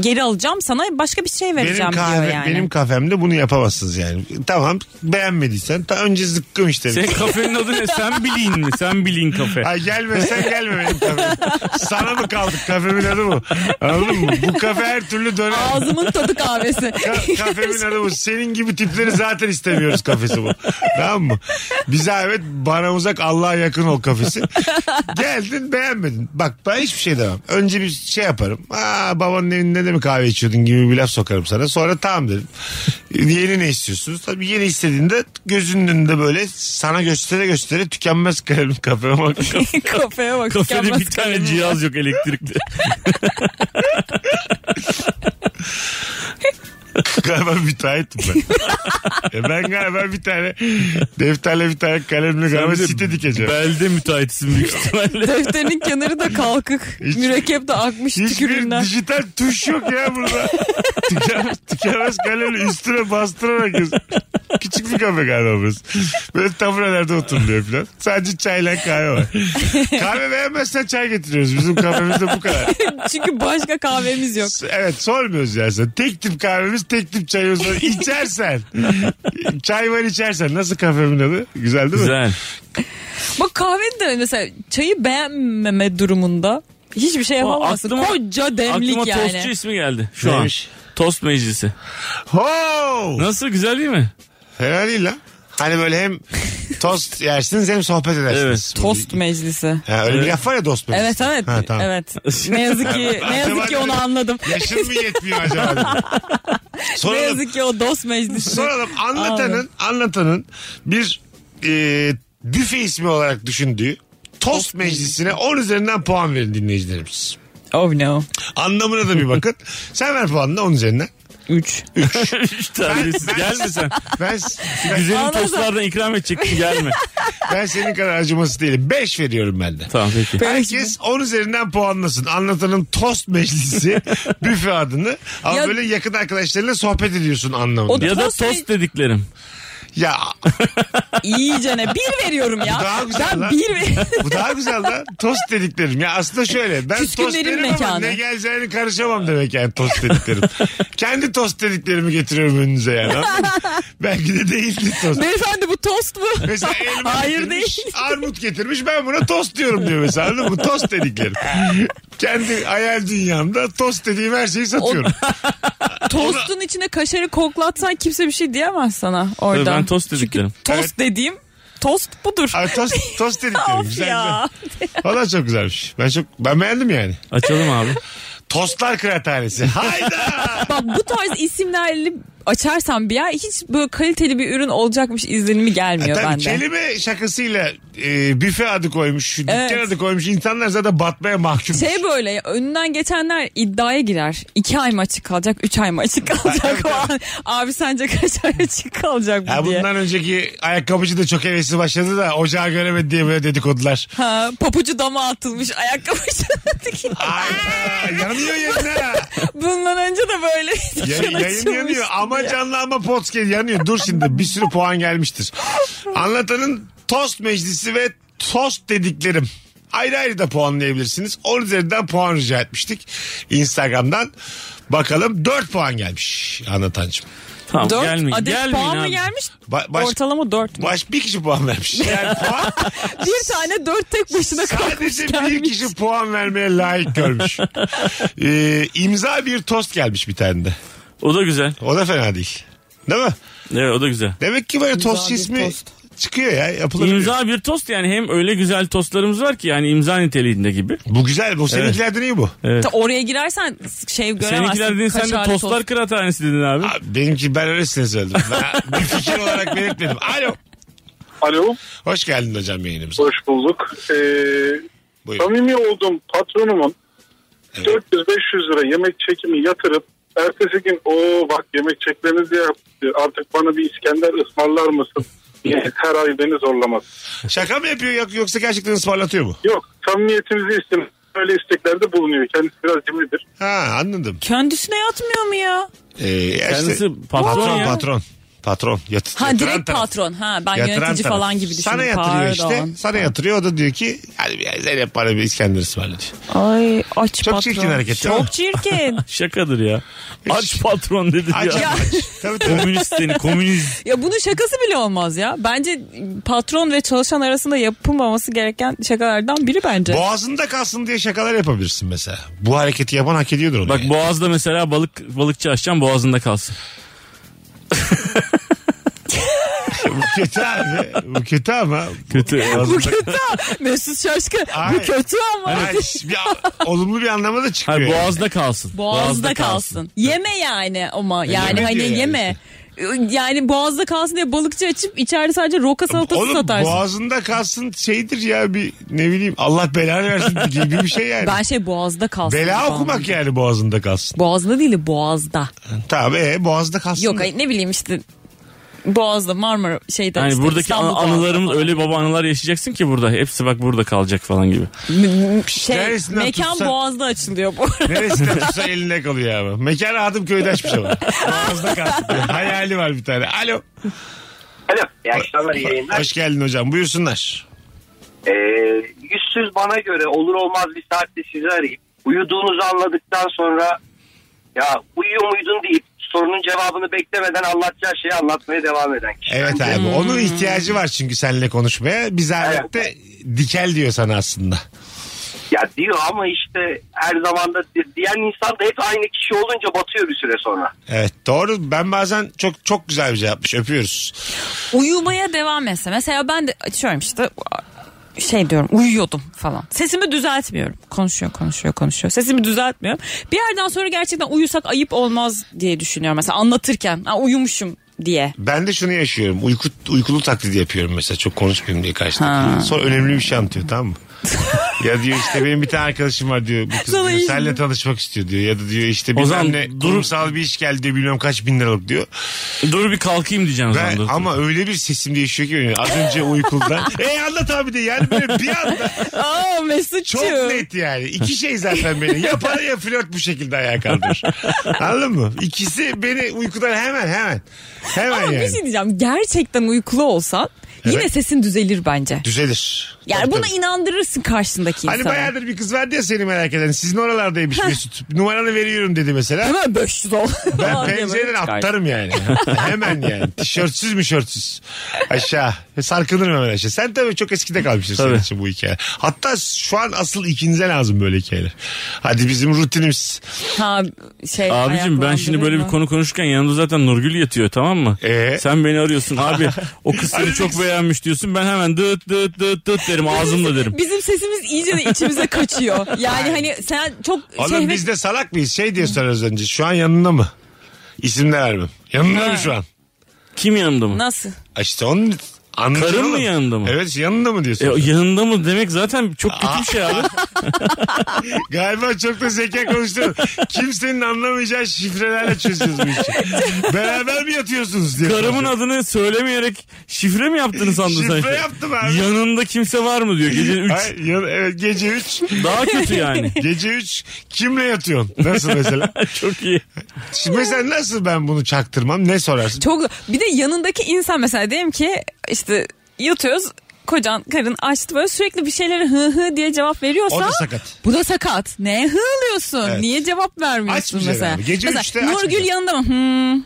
S2: Geri alacağım sana başka bir şey vereceğim
S1: benim kahve,
S2: diyor yani.
S1: benim kafemde bunu yapamazsınız yani. Tamam beğenmediysen ta önce zıkkım işte.
S3: Senin kafenin adı ne? Sen bilin mi? Sen bilin kafe.
S1: Ay gelmesen gelme benim kafeme. Sana mı kaldık kafemin adı mı? Anladın mı? Bu kafe her türlü döner.
S2: Ağzımın tadı kahvesi.
S1: Ka- kafemin adı bu. Senin gibi tipleri zaten istemiyoruz kafesi bu. Tamam mı? Bize evet bana uzak Allah'a yakın ol kafesi. Geldin beğenmedin. Bak ben hiçbir şey demem. Önce bir şey yaparım. Aa babanın evinde de mi kahve içiyordun gibi bir laf sokarım sana. Sonra tamam derim. Yeni ne istiyorsunuz? Tabii yeni istediğinde gözünün önünde böyle sana göstere göstere tükenmez kalem kafeme bak.
S2: Kafeye bak.
S3: Kafede
S2: tükenmez
S3: bir tane
S2: kalemi.
S3: cihaz yok elektrikli.
S1: galiba müteahhitim ben. E ben galiba bir tane defterle bir tane kalemle galiba
S3: Sen de
S1: site dikeceğim.
S3: Belde müteahhitsin büyük ihtimalle.
S2: Defterinin kenarı da kalkık.
S1: Hiç-
S2: Mürekkep de akmış
S1: Hiçbir
S2: tükürüğünden.
S1: dijital tuş yok ya burada. Tükenmez, tükenmez kalemle üstüne bastırarak yaz. Küçük bir kafe galiba burası. Böyle taburelerde oturuluyor falan. Sadece çayla kahve var. kahve beğenmezsen çay getiriyoruz. Bizim kahvemizde bu kadar.
S2: Çünkü başka kahvemiz yok.
S1: Evet sormuyoruz yani sana. Tek tip kahvemiz tek tip çayımız var. İçersen. Çay var içersen. Nasıl kafemin adı? Güzel değil mi?
S3: Güzel.
S2: Bak kahve de mesela çayı beğenmeme durumunda hiçbir şey yapamazsın.
S3: aklıma-
S2: Koca demlik
S3: Aklıma
S2: yani.
S3: tostçu ismi geldi şu
S1: Neymiş?
S3: an. Tost meclisi.
S1: Ho!
S3: Nasıl güzel değil mi?
S1: Fena değil lan. Hani böyle hem tost yersiniz hem sohbet edersiniz.
S2: Tost meclisi.
S1: Ha, öyle bir laf var ya dost meclisi.
S2: Evet evet.
S1: Ha, tamam.
S2: Evet. Ne yazık ki ne yazık ki onu anladım.
S1: Yaşın mı yetmiyor acaba? dedim.
S2: Ne
S1: soralım,
S2: yazık ki o dost meclisi.
S1: soralım. Anlatanın, anlatanın bir e, büfe ismi olarak düşündüğü tost meclisine 10 üzerinden puan verin dinleyicilerimiz.
S2: Oh no.
S1: Anlamına da bir bakın. Sen ver puanını 10 üzerinden.
S2: 3.
S3: Üç terbiyesiz. Gelme sen.
S1: Ben, ben,
S3: Güzelim
S2: Anladım.
S3: tostlardan ikram edecektim gelme.
S1: ben senin kadar acımasız değilim. 5 veriyorum ben de.
S3: tamam peki.
S1: Herkes 10 üzerinden puanlasın. Anlatanın tost meclisi büfe adını. Ama
S2: Ya-
S1: böyle yakın arkadaşlarıyla sohbet ediyorsun anlamında.
S2: O da-
S3: Ya da
S2: Tost me-
S3: tost dediklerim.
S1: Ya
S2: İyicene bir veriyorum ya.
S1: daha güzel
S2: ben
S1: lan.
S2: bir ver-
S1: bu daha güzel lan. Tost dediklerim. Ya aslında şöyle. Ben tost
S2: Küskünlerin
S1: derim ama
S2: mekanı.
S1: ne geleceğini karışamam demek yani tost dediklerim. Kendi tost dediklerimi getiriyorum önünüze yani. anladın mı? Belki de değildi tost.
S2: Beyefendi bu tost mu?
S1: Mesela elma
S2: Hayır
S1: getirmiş,
S2: değil.
S1: armut getirmiş ben buna tost diyorum diyor mesela. Anladın mı? Bu tost dediklerim. Kendi hayal dünyamda tost dediğim her şeyi satıyorum.
S2: Tostun içine kaşarı koklatsan kimse bir şey diyemez sana
S3: Tabii
S2: oradan.
S3: ben tost dediklerim.
S2: Tost
S1: Evet.
S2: dediğim tost budur.
S1: Ay, tost, tost dediklerim.
S2: of
S1: güzel
S2: ya.
S1: güzel. Valla çok güzelmiş. Ben çok ben beğendim yani.
S3: Açalım abi.
S1: Tostlar kıraathanesi. Hayda.
S2: Bak bu tarz isimlerle açarsam bir yer hiç böyle kaliteli bir ürün olacakmış izlenimi gelmiyor
S1: E, Tabii
S2: bende.
S1: kelime şakasıyla e, büfe adı koymuş, dükkan
S2: Evet.
S1: adı koymuş. İnsanlar zaten batmaya mahkum.
S2: Şey böyle önünden geçenler iddiaya girer. İki ay mı açık kalacak, üç ay mı açık kalacak falan. Abi sence kaç ay açık kalacak
S1: Ha,
S2: bu diye.
S1: bundan önceki ayakkabıcı da çok hevesli başladı da ocağı göremedi diye böyle dedikodular.
S2: Ha, papucu dama atılmış ayakkabı çantadaki.
S1: Ay, yanıyor yerine.
S2: Bundan önce de böyle bir
S1: Ya,
S2: dükkan
S1: yayın
S2: açılmıştı
S1: yanıyor ama
S2: diye.
S1: canlı ama podcast yanıyor. Dur şimdi bir sürü puan gelmiştir. Anlatanın tost meclisi ve tost dediklerim. Ayrı ayrı da puanlayabilirsiniz. 10 üzerinden puan rica etmiştik. Instagram'dan bakalım 4 puan gelmiş anlatancım.
S3: Tamam
S2: Dört
S3: gelmeyin.
S2: adet
S3: gelmeyin
S2: puan mı
S3: abi.
S2: gelmiş?
S1: Ba- baş,
S2: Ortalama dört mü?
S1: baş bir kişi puan vermiş. Yani puan
S2: bir tane dört tek başına kalkmış
S1: sadece bir
S2: gelmiş.
S1: kişi puan vermeye layık görmüş. Ee, imza bir tost gelmiş bir tane de.
S3: O da güzel.
S1: O da fena değil. Değil mi?
S3: Evet o da güzel.
S1: Demek ki böyle tost
S2: bir
S1: ismi
S2: tost.
S1: çıkıyor ya yapılabilir.
S3: İmza bir tost yani hem öyle güzel tostlarımız var ki yani imza niteliğinde gibi.
S1: Bu güzel. Bu seninkilerden iyi bu.
S2: Ta- Oraya girersen şey göremezsin.
S3: Seninkiler dedin sen de
S2: kaşarlı tost.
S3: tostlar kıraathanesi dedin abi.
S1: Abi, benimki ben öylesine söyledim. Ben bir fikir olarak belirtmedim. Alo.
S5: Alo,
S1: Hoş geldin hocam yayınımıza.
S5: hoş bulduk. Ee,
S1: Buyurun.
S5: samimi olduğum patronumun 400-500 lira yemek çekimi yatırıp ertesi gün o bak yemek çekmeniz diye artık bana bir İskender ısmarlar mısın? diye Her ay beni zorlamaz.
S1: Şaka mı yapıyor yok- yoksa gerçekten ısmarlatıyor mu?
S5: Yok samimiyetinizi istemem. Öyle isteklerde bulunuyor. Kendisi biraz cimridir.
S1: Ha anladım.
S2: Kendisine yatmıyor mu ya?
S1: Ee, ya işte-
S3: Kendisi patron,
S1: patron,
S3: ya.
S1: patron. Patron. Yat,
S2: Ha
S1: yatıran
S2: direkt
S1: taraf.
S2: patron. Ha ben
S1: Yatıran
S2: yönetici
S1: taraf.
S2: falan gibi düşündüm.
S1: Sana yatırıyor işte.
S2: Pardon.
S1: Sana yatırıyor o da diyor ki hadi bir Zeynep bana bir İskender ısmarla diyor.
S2: Ay aç
S1: Çok
S2: patron.
S1: çirkin hareket değil mi?
S2: Çok çirkin.
S3: Şakadır ya. Aç patron dedi
S1: Aç
S3: ya.
S1: aç. Tabii tabii.
S3: Komünist seni komünist.
S2: ya bunun şakası bile olmaz ya. Bence patron ve çalışan arasında yapılmaması gereken şakalardan biri bence.
S1: Boğazında kalsın diye şakalar yapabilirsin mesela. Bu hareketi yapan hak ediyordur onu.
S3: Bak
S1: yani.
S3: boğazda mesela balık balıkçı açacağım boğazında kalsın.
S1: bu kötü abi. Bu kötü ama.
S3: Kötü.
S2: bu kötü. Mesut Şaşkın.
S1: Ay.
S2: Bu kötü ama.
S1: Hayır, bir, olumlu bir anlamda da çıkıyor.
S3: Hayır
S1: yani.
S3: boğazda kalsın.
S2: Boğazda, kalsın. Yeme yani ama yani
S1: yeme
S2: hani
S1: diyor yani.
S2: yeme. Yani boğazda kalsın diye balıkçı açıp içeride sadece roka salatası
S1: Oğlum
S2: satarsın.
S1: boğazında kalsın şeydir ya bir ne bileyim Allah belanı versin gibi bir şey yani.
S2: Ben şey boğazda kalsın.
S1: Bela
S2: falan.
S1: okumak yani boğazında kalsın.
S2: Boğazda değil de boğazda.
S1: Tamam e, boğazda kalsın.
S2: Yok
S1: da.
S2: ay, ne bileyim işte Boğaz'da Marmara şeyde
S1: Hani
S3: Yani
S2: işte
S3: buradaki
S2: İstanbul
S3: an-
S2: Boğazı'nda
S3: anılarımız
S2: falan.
S3: öyle baba anılar yaşayacaksın ki burada. Hepsi bak burada kalacak falan gibi.
S2: şey,
S1: Neresinden
S2: mekan
S1: tutsan-
S2: Boğaz'da açılıyor bu arada.
S1: Neresinden tutsa elinde kalıyor abi. Mekan adım köyde açmış ama. Boğazda kalsın. diye. Hayali var bir tane. Alo.
S7: Alo. İyi akşamlar, iyi yayınlar.
S1: Hoş geldin hocam. Buyursunlar.
S7: Ee, yüzsüz bana göre olur olmaz bir saatte sizi arayıp uyuduğunuzu anladıktan sonra ya uyuyor muydun deyip sorunun cevabını beklemeden anlatacağı şeyi anlatmaya devam eden kişi.
S1: Evet abi.
S7: Hmm.
S1: Onun ihtiyacı var çünkü seninle konuşmaya. Bir zahmet de dikel diyor sana aslında.
S7: Ya diyor ama işte her zaman da di- diyen insan da hep aynı kişi olunca batıyor bir süre sonra.
S1: Evet doğru. Ben bazen çok çok güzel bir şey yapmış. Öpüyoruz.
S2: Uyumaya devam etse. Mesela ben de açıyorum işte şey diyorum uyuyordum falan. Sesimi düzeltmiyorum. Konuşuyor konuşuyor konuşuyor. Sesimi düzeltmiyorum. Bir yerden sonra gerçekten uyusak ayıp olmaz diye düşünüyorum. Mesela anlatırken ha, uyumuşum diye.
S1: Ben de şunu yaşıyorum. Uyku, uykulu taklidi yapıyorum mesela. Çok konuşmayayım diye karşıda. Sonra önemli bir şey anlatıyor tamam mı? ya diyor işte benim bir tane arkadaşım var diyor. Bu kız
S2: Sana
S1: diyor,
S2: iyi-
S1: seninle tanışmak istiyor diyor. Ya da diyor işte bilmem
S3: zaman
S1: ne
S3: dur-
S1: kurumsal bir iş geldi diyor. Bilmem kaç bin liralık diyor.
S3: Dur bir kalkayım diyeceğim o
S1: Ben,
S3: zaman. Dur.
S1: ama öyle bir sesim değişiyor ki benim. Az önce uykuldan. e anlat abi de yani böyle bir anda
S2: Aa Mesut'cuğum.
S1: çok net yani. İki şey zaten beni. Ya para ya flört bu şekilde ayağa kaldırır. Anladın mı? İkisi beni uykudan hemen hemen. Hemen
S2: Ama
S1: yani.
S2: bir şey diyeceğim. Gerçekten uykulu olsan yine
S1: Evet.
S2: sesin düzelir bence.
S1: Düzelir.
S2: Yani
S1: Tabii,
S2: buna
S1: tabii.
S2: inandırırsın karşındaki
S1: Hani
S2: insanı.
S1: bayağıdır bir kız vardı ya seni merak eden. Sizin oralardaymış Mesut. Numaranı veriyorum dedi mesela.
S2: Hemen 500 ol.
S1: Ben
S2: Falan diye böyle
S1: pencereden
S2: çıkar.
S1: atlarım yani. hemen yani. Tişörtsüz müşörtsüz. Aşağı. Sarkılırım hemen aşağı. Sen tabii çok eskide kalmışsın senin
S3: Tabii.
S1: için bu hikaye. Hatta şu an asıl ikinize lazım böyle hikayeler. Hadi bizim rutinimiz.
S2: Ha, şey,
S3: Abicim ben şimdi böyle bir
S2: ayaklandırırım.
S3: konu konuşurken yanımda zaten Nurgül yatıyor tamam mı?
S1: Ee?
S3: Sen beni arıyorsun abi o kız seni çok beğenmiş diyorsun ben hemen dıt dıt dıt dıt derim ağzımla derim.
S2: Bizim sesimiz iyice de içimize kaçıyor. Yani hani sen çok
S1: Oğlum
S2: şehvet-
S1: biz de salak mıyız? Şey diye sorarız önce. Şu an yanında mı? İsim de vermem. Yanında mı şu an?
S3: Kim yanımda mı?
S2: Nasıl?
S1: İşte onun anlaşılır
S3: Karın mı yanında mı?
S1: Evet yanında mı
S3: E,
S1: diyorsun?
S3: yanında mı demek zaten çok kötü bir şey abi.
S1: Galiba çok da zeka konuştu. Kimsenin anlamayacağı şifrelerle çözeceğiz bu işi. Beraber mi yatıyorsunuz diye.
S3: Karımın
S1: soracağım.
S3: adını söylemeyerek şifre mi yaptığını sandın sen?
S1: Şifre yaptım abi.
S3: Yanında kimse var mı diyor gece 3.
S1: Ay, ya- evet, gece 3.
S3: Daha kötü yani.
S1: Gece 3 kimle yatıyorsun? Nasıl mesela?
S3: çok iyi.
S1: Şimdi mesela nasıl ben bunu çaktırmam? Ne sorarsın?
S2: Çok bir de yanındaki insan mesela diyelim ki işte yatıyoruz kocan karın açtı böyle sürekli bir şeylere hı hı diye cevap veriyorsa
S1: O da sakat.
S2: Bu da sakat. Ne hığlıyorsun?
S1: Evet.
S2: Niye cevap vermiyorsun
S1: Açmayacaksın
S2: mesela?
S1: abi. Gece
S2: mesela,
S1: üçte şey.
S2: Nurgül
S1: açmayacaksın.
S2: yanında mı? Hmm.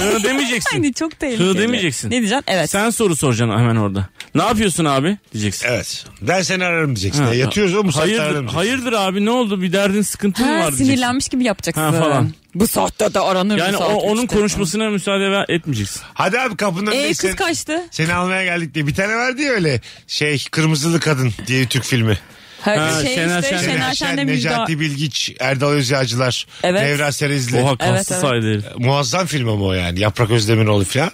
S3: Hı demeyeceksin.
S2: Hani çok tehlikeli.
S3: Hı demeyeceksin.
S2: Ne diyeceksin? Evet.
S3: Sen soru soracaksın hemen orada. Ne yapıyorsun abi diyeceksin.
S1: Evet. Ben seni ararım diyeceksin.
S3: Ha,
S1: Yatıyoruz oğlum. bu saatte ararım
S3: Hayırdır,
S1: diyeceksin.
S3: hayırdır abi ne oldu bir derdin sıkıntın mı
S2: Ha,
S3: var diyeceksin.
S2: sinirlenmiş gibi yapacaksın.
S3: Ha, falan.
S2: Bu saatte de aranır bu
S3: Yani
S2: saat
S3: o, onun
S2: üçte.
S3: konuşmasına müsaade ver- etmeyeceksin.
S1: Hadi abi kapının önünde.
S2: Ee, kız
S1: seni-
S2: kaçtı.
S1: Seni almaya geldik diye. Bir tane vardı ya öyle şey kırmızılı kadın diye Türk filmi.
S2: Ha,
S3: Ha,
S2: şey
S3: Şener
S2: işte,
S3: Şen.
S2: Şener Şen'le
S1: Şen,
S2: Müjda.
S1: Necati Bilgiç, Erdal Özyağcılar,
S2: Evet.
S1: Nevra Serezli.
S3: Oha kaslı
S2: evet.
S3: saydı herif.
S1: Muazzam film ama o yani. Yaprak Özdemiroğlu falan.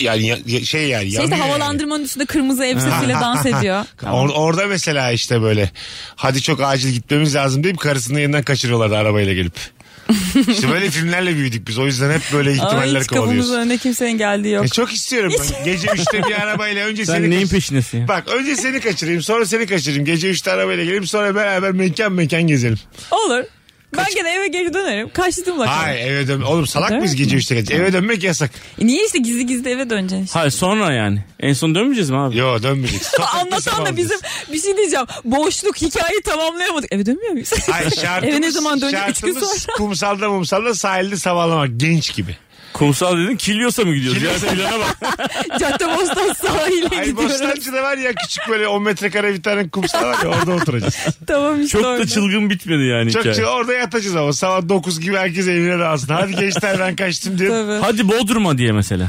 S1: Yani ya- ya- şey yani.
S2: Şey
S1: yanıyor
S2: işte
S1: yani.
S2: havalandırmanın üstünde kırmızı elbisesiyle dans ediyor.
S1: Or- orada mesela işte böyle hadi çok acil gitmemiz lazım deyip karısını yeniden kaçırıyorlardı arabayla gelip. işte böyle filmlerle büyüdük biz. O yüzden hep böyle
S2: Ama
S1: ihtimaller
S2: hiç kapımızın
S1: kovalıyoruz.
S2: önüne kimsenin geldiği yok.
S1: E çok istiyorum ben. Gece 3'te bir arabayla önce
S3: Sen
S1: seni
S3: neyin
S1: kaç-
S3: peşindesin ya?
S1: Bak önce seni kaçırayım sonra seni kaçırayım. Gece 3'te arabayla gelip sonra beraber mekan mekan gezelim.
S2: Olur. Ben gene eve geri dönerim. Kaçtığımla kalırım.
S1: Hayır eve dön. Oğlum salak
S2: Değil
S1: mıyız
S2: mi?
S1: gece 3'te kaçırıyoruz? Eve dönmek yasak.
S2: E Niye işte gizli gizli eve döneceksin?
S3: Hayır sonra yani. En son dönmeyeceğiz mi abi?
S1: Yo dönmeyeceksin. Sokakta
S2: Anlatan da
S1: sabah
S2: bizim bir şey diyeceğim. Boşluk hikayeyi tamamlayamadık. Eve dönmüyor muyuz?
S1: Ay şartımız,
S2: Eve ne zaman dönecek? Üç gün
S1: şartımız
S2: sonra.
S1: kumsalda mumsalda sahilde sabahlamak genç gibi.
S3: Kumsal dedin Kilyos'a mı gidiyoruz?
S1: Kilyos.
S3: Ya plana bak.
S2: Caddebostan sahile
S1: Ay
S2: gidiyoruz.
S1: Bostancı'da var ya küçük böyle 10 metrekare bir tane kumsal var ya orada oturacağız.
S2: Tamam işte
S3: Çok
S2: orada.
S3: da çılgın bitmedi yani
S1: Çok
S3: hikaye.
S1: çil- orada yatacağız ama sabah 9 gibi herkes evine dağılsın. Hadi gençler ben kaçtım diyor.
S2: Tabii.
S3: Hadi Bodrum'a diye mesela.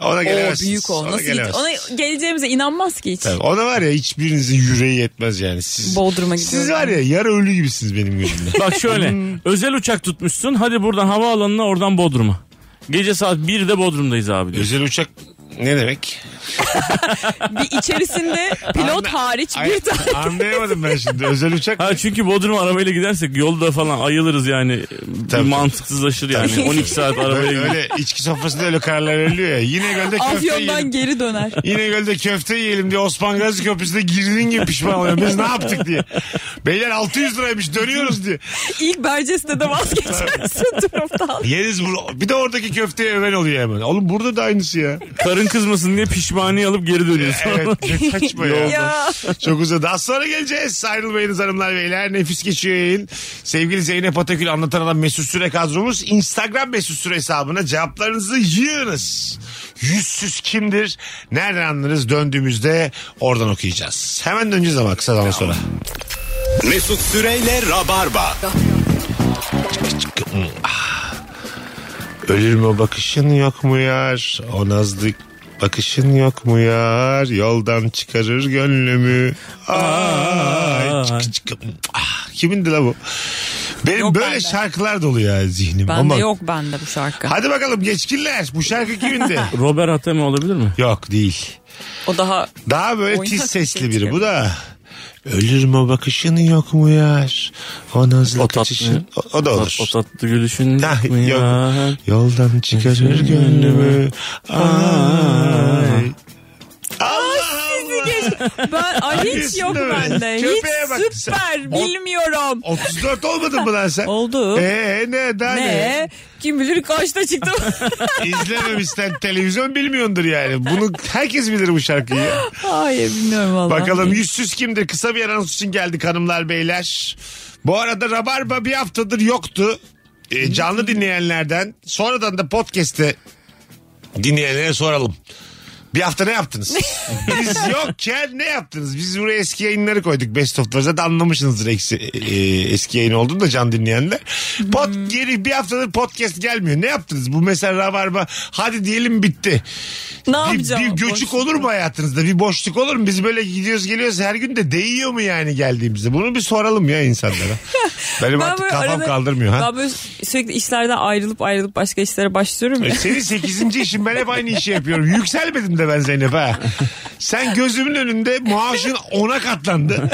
S1: Ona
S2: O
S1: gelemez.
S2: büyük o. Nasıl git-
S1: gelemezsiniz.
S2: Ona geleceğimize inanmaz ki hiç.
S1: Tabii, ona var ya hiçbirinizin yüreği yetmez yani. Siz,
S2: Bodrum'a gidiyoruz.
S1: Siz var ya yarı ölü gibisiniz benim gözümde.
S3: Bak
S2: Hmm.
S3: şöyle özel uçak tutmuşsun hadi buradan havaalanına oradan Bodrum'a. Gece saat 1'de Bodrum'dayız abi diyor.
S1: Özel uçak ne demek?
S2: Bir içerisinde pilot
S1: Anla-
S2: hariç
S1: Ay-
S2: bir tane.
S1: Anlayamadım ben şimdi. Özel uçak
S3: Ha çünkü Bodrum'a arabayla gidersek yolda falan ayılırız yani.
S1: Tabii.
S3: Bir mantıksızlaşır yani. 12 saat arabaya
S1: Böyle,
S3: gidiyor.
S1: öyle içki sofrasında öyle kararlar veriliyor ya. Yine gölde köfte
S2: Afyon'dan
S1: yiyelim.
S2: geri döner.
S1: Yine gölde köfte yiyelim diye Osman Gazi Köprüsü'ne girdiğin gibi pişman oluyor. Biz ne yaptık diye. Beyler 600 liraymış dönüyoruz diye.
S2: İlk bercesinde de vazgeçersin durumdan.
S1: Yeriz bunu. Bir de oradaki köfteye öven oluyor hemen. Oğlum burada da aynısı ya.
S3: Karın kızmasın diye pişmaniye alıp geri dönüyorsun.
S1: Evet ne kaçma ya.
S2: Ya.
S1: Çok uzadı. Az sonra geleceğiz. Ayrılmayınız hanımlar beyler. Nefis geçiyor yayın. Sevgili Zeynep Atakül anlatan adam Mesut Süre kadromuz. Instagram Mesut Süre hesabına cevaplarınızı yığınız. Yüzsüz kimdir? Nereden anlarız? Döndüğümüzde oradan okuyacağız. Hemen döneceğiz ama kısa zaman sonra.
S6: Mesut Süreyle Rabarba.
S1: Ölür mü bakışın yok mu yar? O nazlı bakışın yok mu yar? Yoldan çıkarır gönlümü. Ay, çık, çık. Ah, Kimindi la bu? Benim
S2: Yok
S1: böyle
S2: bende.
S1: şarkılar dolu ya zihnim.
S2: Bende
S1: Ama
S2: yok bende bu şarkı.
S1: Hadi bakalım geçkinler. Bu şarkı kimindi?
S3: Robert Hatemi olabilir mi?
S1: yok değil.
S2: O daha
S1: Daha böyle
S2: Oynak
S1: tiz
S2: bir
S1: sesli
S2: şey
S1: biri. Bu
S2: çıkıyor.
S1: da Ölür mü bakışın yok mu yar? O nazlı
S3: O tatlı.
S1: kaçışın. O, o da olur.
S3: O tatlı gülüşün
S1: Nah,
S3: yok mu
S1: yok.
S3: ya?
S1: Yoldan çıkarır gönlümü. Ay.
S2: ben Ay, hiç
S1: Biliyorsun
S2: yok
S1: değil mi?
S2: bende.
S1: Köpeğe bak
S2: Hiç
S1: sen.
S2: süper bilmiyorum.
S1: 34 olmadın mı lan sen?
S2: Oldu.
S1: Ee ne daha ne?
S2: Ne? Kim bilir kaçta çıktım.
S1: İzlememişsen televizyon bilmiyordur yani. Bunu herkes bilir bu şarkıyı.
S2: Hayır bilmiyorum vallahi.
S1: Bakalım yüzsüz kimdir? Kısa bir anons için geldik hanımlar beyler. Bu arada Rabarba bir haftadır yoktu. Ee, canlı dinleyenlerden sonradan da podcast'te dinleyenlere soralım. Bir hafta ne yaptınız? Biz yokken ne yaptınız? Biz buraya eski yayınları koyduk. Best of'ları zaten anlamışsınızdır eksi, e, eski yayın olduğunu da can dinleyenler. Pod, Geri bir haftadır podcast gelmiyor. Ne yaptınız? Bu mesela Rabarba hadi diyelim bitti.
S2: Ne
S1: Bir-
S2: yapacağım?
S1: Bir, göçük olur mu hayatınızda? Bir boşluk olur mu? Biz böyle gidiyoruz geliyoruz her gün de değiyor mu yani geldiğimizde? Bunu bir soralım ya insanlara. Benim
S2: Ben
S1: artık
S2: böyle
S1: kafam
S2: arada-
S1: kaldırmıyor. Ha?
S2: Ben böyle sürekli işlerden ayrılıp ayrılıp başka işlere başlıyorum ya.
S1: E, Senin 8. işin ben hep aynı işi yapıyorum. Yükselmedim de ben Zeynep ha. Sen gözümün önünde maaşın 10'a katlandı.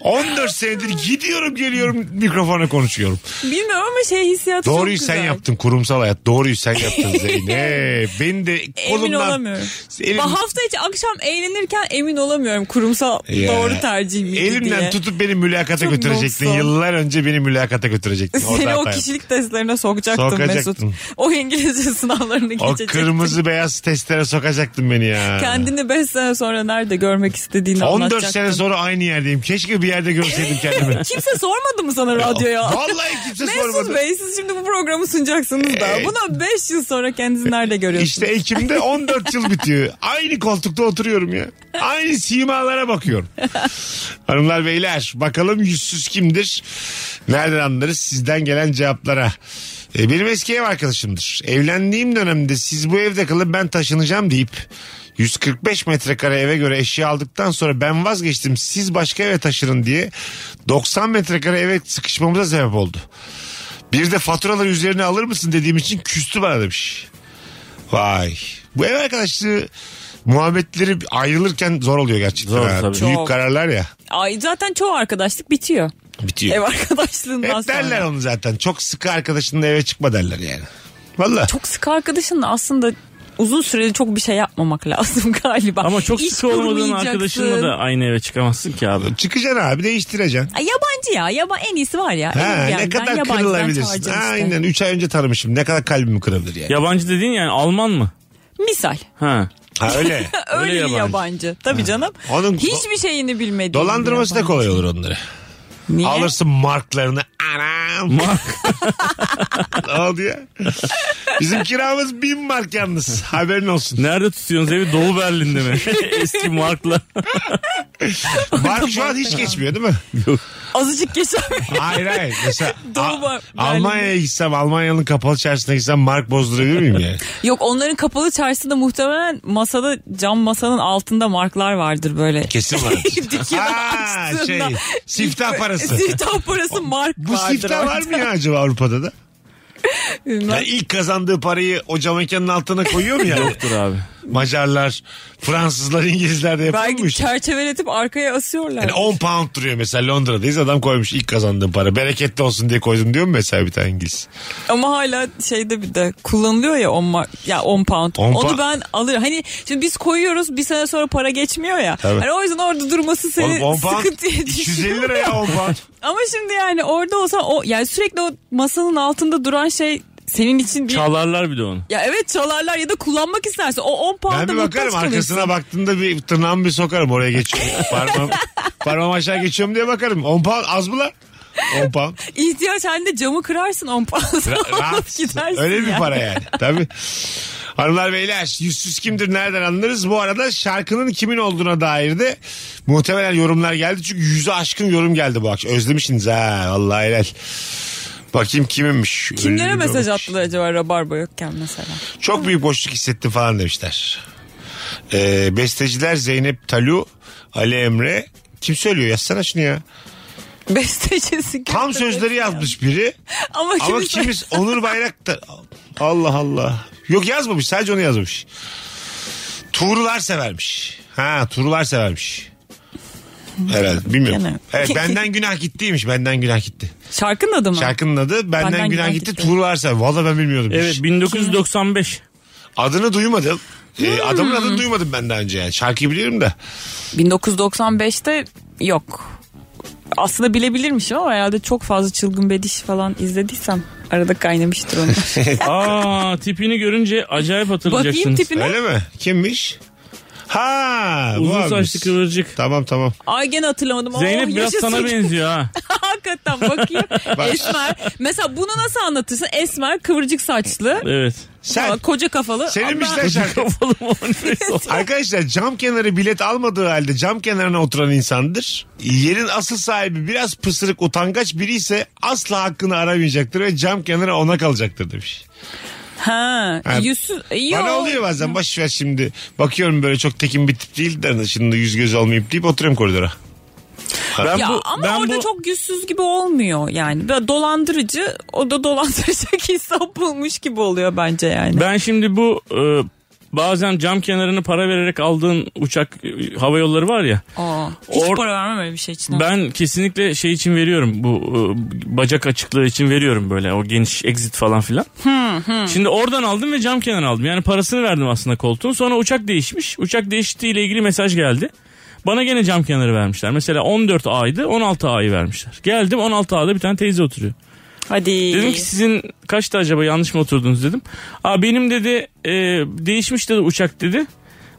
S1: 14 senedir gidiyorum geliyorum mikrofona konuşuyorum.
S2: Bilmiyorum ama şey hissiyatı çok
S1: Doğruyu
S2: güzel.
S1: sen yaptın kurumsal hayat. Doğruyu sen yaptın Zeynep. Beni de
S2: Emin
S1: kolumdan...
S2: olamıyorum.
S1: Elim-
S2: Bak hafta içi akşam eğlenirken emin olamıyorum kurumsal
S1: Ya.
S2: doğru tercih miydi
S1: Ee, Elimden
S2: diye.
S1: tutup beni mülakata
S2: Çok
S1: götürecektin.
S2: yoksun.
S1: Yıllar önce beni mülakata götürecektin.
S2: Seni
S1: Orada
S2: o
S1: hata yaptım.
S2: kişilik testlerine sokacaktım Mesut.
S1: Sokacaktın.
S2: O İngilizce sınavlarını
S1: O
S2: geçecektin.
S1: kırmızı beyaz testlere sokacaktın beni ya.
S2: Kendini 5 sene sonra nerede görmek istediğini
S1: 14
S2: anlatacaktın.
S1: sene sonra aynı yerdeyim. Keşke bir yerde görseydim kendimi.
S2: Kimse sormadı mı sana radyoya?
S1: Vallahi kimse
S2: Mesut
S1: sormadı.
S2: Bey siz şimdi bu programı sunacaksınız da. Buna 5 yıl sonra kendinizi nerede görüyorsunuz?
S1: İşte Ekim'de 14 yıl bitiyor. Aynı koltukta oturuyorum ya. Aynı simalara bakıyorum. Hanımlar beyler bakalım yüzsüz kimdir? Nereden anlarız sizden gelen cevaplara? E, Benim eski ev arkadaşımdır. Evlendiğim dönemde siz bu evde kalın ben taşınacağım deyip 145 metrekare eve göre eşya aldıktan sonra ben vazgeçtim siz başka eve taşının diye 90 metrekare eve sıkışmamıza sebep oldu. Bir de faturaları üzerine alır mısın dediğim için küstü bana demiş. Vay. Bu ev arkadaşlığı muhabbetleri ayrılırken zor oluyor gerçekten.
S3: Zor
S1: ha.
S3: tabii.
S1: Büyük
S2: Çok.
S1: kararlar ya.
S2: Ay, zaten çoğu arkadaşlık bitiyor.
S1: Bitiyor.
S2: Ev arkadaşlığından
S1: Hep derler
S2: sonra.
S1: onu zaten. Çok sıkı arkadaşınla eve çıkma derler yani. Valla.
S2: Çok sıkı arkadaşınla aslında uzun süreli çok bir şey yapmamak lazım galiba.
S3: Ama çok
S2: İş
S3: sıkı olmadığın
S2: kurmayacaksın.
S3: arkadaşınla da aynı eve çıkamazsın ki abi.
S1: Çıkacaksın abi değiştireceksin.
S2: Ay, yabancı ya. Yaba en iyisi var ya.
S1: Ha,
S2: Elim
S1: ne
S2: gelmeden
S1: kadar
S2: yabancıdan
S1: kırılabilirsin.
S2: çağıracaksın işte.
S1: Aynen 3 ay önce tanımışım. Ne kadar kalbimi kırabilir yani.
S3: Yabancı dediğin yani Alman mı?
S2: Misal.
S3: Ha.
S1: Ha öyle.
S2: Öyle,
S3: Öyle
S2: bir yabancı.
S3: yabancı.
S2: Tabii canım.
S1: Onun-
S2: Hiçbir şeyini bilmediğin
S1: Dolandırması
S2: bir
S1: da kolay
S2: yabancı.
S1: olur onları.
S2: Niye?
S1: Alırsın marklarını. Anam.
S3: Mark.
S1: ne oldu ya? Bizim kiramız bin mark yalnız. Haberin olsun.
S3: Nerede tutuyorsunuz evi? Doğu Berlin'de mi? Eski markla.
S1: Mark şu an hiç geçmiyor değil mi?
S2: Azıcık geçer.
S1: Hayır hayır. Mesela
S2: Doğu
S1: A-
S2: Berlin'de.
S1: Almanya'ya gitsem Almanya'nın kapalı çarşısına gitsem mark bozdurabilir miyim yani?
S2: Yok onların kapalı çarşısında muhtemelen masada cam masanın altında marklar vardır böyle.
S1: Kesin var.
S2: Dükkanın
S1: Ha,
S2: açtığında.
S1: şey, siftah parası.
S2: siftah parası mark
S1: Bu
S2: vardır.
S1: siftah var
S2: orada.
S1: mı ya acaba Avrupa'da da?
S2: Bilmem.
S1: Ya ilk kazandığı parayı o cam mekanın altına koyuyor mu yani?
S3: Dur abi.
S1: Macarlar, Fransızlar, İngilizler de
S2: Belki
S1: yapıyormuş.
S2: çerçeveletip arkaya asıyorlar.
S1: Yani 10 pound duruyor mesela Londra'dayız adam koymuş ilk kazandığım para. Bereketli olsun diye koydum diyor mu mesela bir tane İngiliz?
S2: Ama hala şeyde bir de kullanılıyor ya 10 mar- ya 10 pound.
S1: On
S2: Onu
S1: pa-
S2: ben alırım. Hani şimdi biz koyuyoruz bir sene sonra para geçmiyor ya.
S1: Tabii.
S2: Hani o yüzden orada durması
S1: Oğlum
S2: seni
S1: 10 pound
S2: sıkıntıya
S1: 250
S2: düşürüyor.
S1: lira ya 10 pound.
S2: Ama şimdi yani orada olsa o yani sürekli o masanın altında duran şey senin için bir
S3: Çalarlar bir de onu.
S2: ya evet çalarlar ya da kullanmak istersen o 10
S1: Ben
S2: pound'a
S1: bir
S2: muhtaç
S1: bakarım
S2: kalırsın.
S1: arkasına baktığımda bir tırnağımı bir sokarım oraya geçiyorum. parmağım, parmağım aşağı geçiyorum diye bakarım. 10 pound az mı lan? 10 pound.
S2: İhtiyaç halinde camı kırarsın 10 pound'a
S1: Ra-
S2: alıp
S1: rahat.
S2: gidersin.
S1: Öyle bir
S2: yani.
S1: para yani. Tabii. Hanımlar beyler yüzsüz kimdir nereden anlarız? Bu arada şarkının kimin olduğuna dair de muhtemelen yorumlar geldi. Çünkü yüzü aşkın yorum geldi bu akşam. Özlemişsiniz ha. Vallahi helal. Bakayım kiminmiş.
S2: Kimlere
S1: Ölüm
S2: mesaj
S1: görmüş.
S2: attılar acaba rabarba yokken mesela?
S1: Çok büyük boşluk hissettim falan demişler. Ee, besteciler Zeynep Talu, Ali Emre. Kim söylüyor? Yazsana şunu ya.
S2: Bestecisi.
S1: Tam
S2: kimse
S1: sözleri
S2: bilmiyor.
S1: yazmış biri.
S2: Ama,
S1: Ama
S2: kimse-
S1: kimiz Onur Bayraktar. Allah Allah. Yok yazmamış sadece onu yazmış. Tuğrular severmiş. Ha Tuğrular severmiş. Herhalde bilmiyorum.
S2: Gene.
S1: Evet benden günah gittiymiş. Benden günah gitti.
S2: Şarkının adı mı?
S1: Şarkının adı Benden, günah, gitti. Tuğrular sever. Valla ben bilmiyordum.
S3: Evet 1995.
S1: Adını duymadım. Ee, adamın adını duymadım ben daha önce yani. Şarkıyı biliyorum da.
S2: 1995'te yok. Aslında bilebilirmişim ama herhalde çok fazla çılgın bediş falan izlediysem arada kaynamıştır onlar.
S3: Aa tipini görünce
S2: Bakayım
S3: acayip hatırlayacaksınız.
S2: tipine.
S1: Öyle mi? Kimmiş? Ha bu
S3: Uzun
S1: abimiz.
S3: saçlı kıvırcık.
S1: Tamam tamam.
S2: Ay gene hatırlamadım.
S3: Zeynep
S2: Oh,
S3: biraz
S2: yaşasın.
S3: sana benziyor ha.
S2: Hakikaten bakayım. Esmer. Mesela bunu nasıl anlatırsın? Esmer kıvırcık saçlı.
S3: Evet.
S1: Sen
S2: Koca kafalı.
S1: senin
S2: Ama-
S1: bizden şarkı.
S3: Kafalı mı o ne?
S1: Arkadaşlar cam kenarı bilet almadığı halde cam kenarına oturan insandır. Yerin asıl sahibi biraz pısırık utangaç biri ise asla hakkını aramayacaktır ve cam kenarı ona kalacaktır demiş.
S2: Ha,
S1: Ha.
S2: yüzsüz. Yo.
S1: Bana oluyor bazen baş ver şimdi bakıyorum böyle çok tekin bir tip değil de hani şimdi yüz göz olmayayım deyip oturuyorum koridora.
S3: Ben
S2: Ya
S3: bu,
S2: ama
S3: ben
S2: orada
S3: bu,
S2: çok yüzsüz gibi olmuyor yani. Böyle dolandırıcı o da dolandıracak hesap bulmuş gibi oluyor bence yani.
S3: Ben şimdi bu e, bazen cam kenarını para vererek aldığın uçak e, hava yolları var ya.
S2: Aa, hiç
S3: Or-
S2: para vermem öyle bir şey için.
S3: Ben kesinlikle şey için veriyorum bu e, bacak açıklığı için veriyorum böyle o geniş exit falan filan. Şimdi oradan aldım ve cam kenarı aldım. Yani parasını verdim aslında koltuğun. Sonra uçak değişmiş. Uçak değiştiğiyle ilgili mesaj geldi. Bana gene cam kenarı vermişler. Mesela 14 A'ydı 16 A'yı vermişler. Geldim 16 A'da bir tane teyze oturuyor.
S2: Hadi.
S3: Dedim ki sizin kaçta acaba yanlış mı oturdunuz dedim. Aa benim dedi e, değişmiş dedi uçak dedi.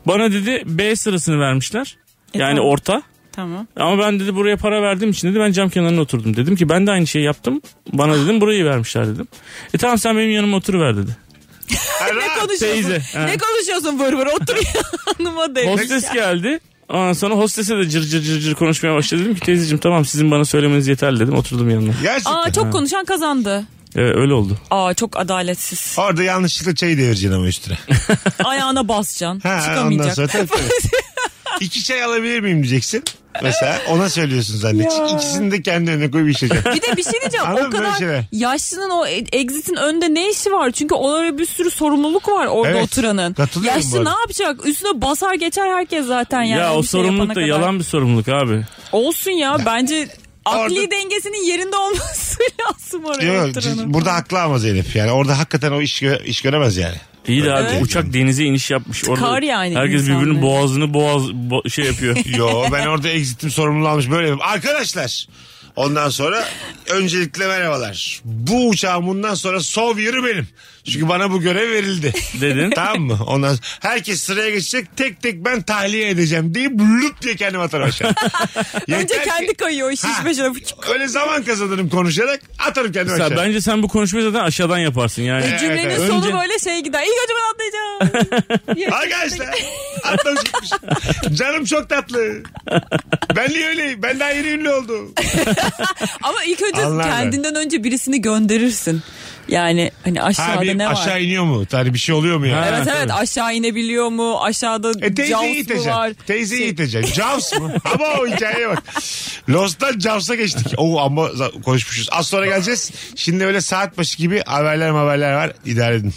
S3: Bana dedi B sırasını vermişler.
S2: E,
S3: Yani
S2: tamam.
S3: orta.
S2: Tamam.
S3: Ama ben dedi buraya para verdiğim için dedi ben cam kenarına oturdum. Dedim ki ben de aynı şeyi yaptım. Bana dedim burayı vermişler dedim. E tamam sen benim yanıma oturuver dedi.
S2: Ne konuşuyorsun?
S3: Teyze. Ha.
S2: Ne konuşuyorsun vır vır otur yanıma de.
S3: Hostes geldi. Ondan sonra hostese de cır cır cır cır konuşmaya başladı. Dedim ki teyzeciğim tamam sizin bana söylemeniz yeterli dedim. Oturdum yanına.
S1: Gerçekten.
S2: Aa çok konuşan kazandı.
S3: Evet öyle oldu.
S2: Aa çok adaletsiz.
S1: Orada yanlışlıkla çayı devireceksin ama üstüne.
S2: Ayağına basacaksın.
S1: Ha, ondan
S2: çıkamayacak.
S1: sonra tabii, tabii. İki çay alabilir miyim diyeceksin. Mesela ona söylüyorsun zannedecek. İkisini de kendi önüne koyup içeceksin.
S2: bir de bir şey diyeceğim.
S1: Anladın
S2: o
S1: mı böyle
S2: kadar
S1: şeyler?
S2: yaşlının o e- exit'in önünde ne işi var? Çünkü onlara bir sürü sorumluluk var orada
S1: Evet,
S2: oturanın.
S1: katılıyorum bu
S2: Yaşlı
S1: arada.
S2: ne yapacak? Üstüne basar geçer herkes zaten yani.
S3: ya o
S2: bir şey
S3: sorumluluk da
S2: yapana kadar.
S3: yalan bir sorumluluk abi.
S2: Olsun ya bence akli
S1: Orada-
S2: dengesinin yerinde olması lazım oraya
S1: Yok,
S2: oturanın.
S1: burada haklı ama Zeynep. Yani orada hakikaten o iş, gö- iş göremez yani.
S3: İyi de abi
S1: Evet.
S3: uçak denize iniş yapmış. Orada
S2: Tıkar yani
S3: Herkes
S2: insanları.
S3: birbirinin boğazını boğaz bo- şey yapıyor.
S1: Yo ben orada exitim sorumluluğu almış böyle yapayım. Arkadaşlar ondan sonra öncelikle merhabalar. Bu uçağın bundan sonra sov yürü benim. Çünkü bana bu görev verildi.
S3: Dedin.
S1: tamam mı? Ondan sonra herkes sıraya geçecek. Tek tek ben tahliye edeceğim deyip lüp diye kendimi atarım aşağı.
S2: Önce
S1: Yeter ki-
S2: kendi kayıyor iş
S1: Ha.
S2: iş başına.
S1: Öyle zaman kazanırım konuşarak atarım kendimi
S3: Sen-
S1: aşağı.
S3: bence sen bu konuşmayı zaten aşağıdan yaparsın yani.
S1: Evet,
S2: Cümlenin
S1: evet.
S2: sonu
S3: Önce-
S2: böyle şey gider. İlk önce ben atlayacağım. Yarışın
S1: Arkadaşlar atlamış gitmiş. Canım çok tatlı. Ben niye öyleyim? Ben daha yeni ünlü oldum.
S2: Ama ilk önce
S1: Allah
S2: kendinden önce birisini gönderirsin. Yani hani
S1: Ha,
S2: aşağıda
S1: bir
S2: ne var?
S1: aşağı iniyor mu? Hani bir şey oluyor mu ya?
S3: Ha.
S2: Evet evet aşağı inebiliyor mu? Aşağıda
S1: E teyzeyi
S2: Jaws mu var?
S1: iteceksin. Teyzeyi
S2: Şey-
S1: iteceksin. Jaws mı? ama o hikayeye bak. Lost'tan Jaws'a geçtik. Oo ama za- konuşmuşuz. Az sonra geleceğiz. Şimdi öyle saat başı gibi haberler haberler var. İdare edin.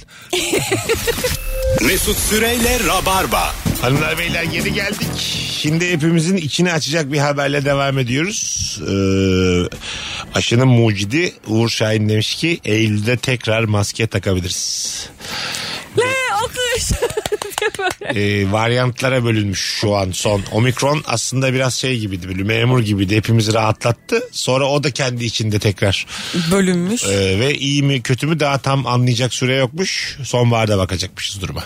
S6: Mesut Süreyle Rabarba.
S1: Hanımlar beyler geri geldik. Şimdi hepimizin içini açacak bir haberle devam ediyoruz. Ee, aşının mucidi Uğur Şahin demiş ki Eylül'de tekrar maske takabiliriz.
S2: Le alkış. diye böyle.
S1: Ee, varyantlara bölünmüş şu an son. Omikron aslında biraz şey gibiydi böyle memur gibiydi hepimizi rahatlattı. Sonra o da kendi içinde tekrar.
S2: Bölünmüş.
S1: Ee, ve iyi mi kötü mü daha tam anlayacak süre yokmuş. Sonbaharda bakacakmışız duruma.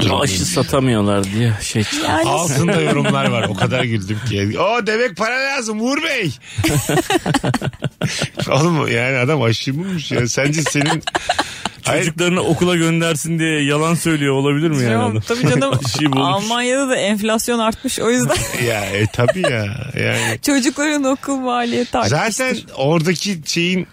S1: Durum
S3: Aşı
S1: iyiymiş.
S3: satamıyorlar diye şey çıktı.
S2: Yani
S1: Altında yorumlar var. O kadar güldüm ki. O demek para lazım Uğur Bey. Oğlum yani adam aşı mıymış ya? Sence senin... Hayır,
S3: Çocuklarını okula göndersin diye yalan söylüyor olabilir mi yani?
S2: Yok,
S3: adam?
S2: tabii canım
S3: Bir şey bulmuş.
S2: Almanya'da da enflasyon artmış o yüzden
S1: ya e, tabii ya. Yani
S2: çocukların okul maliyeti artmış.
S1: zaten oradaki şeyin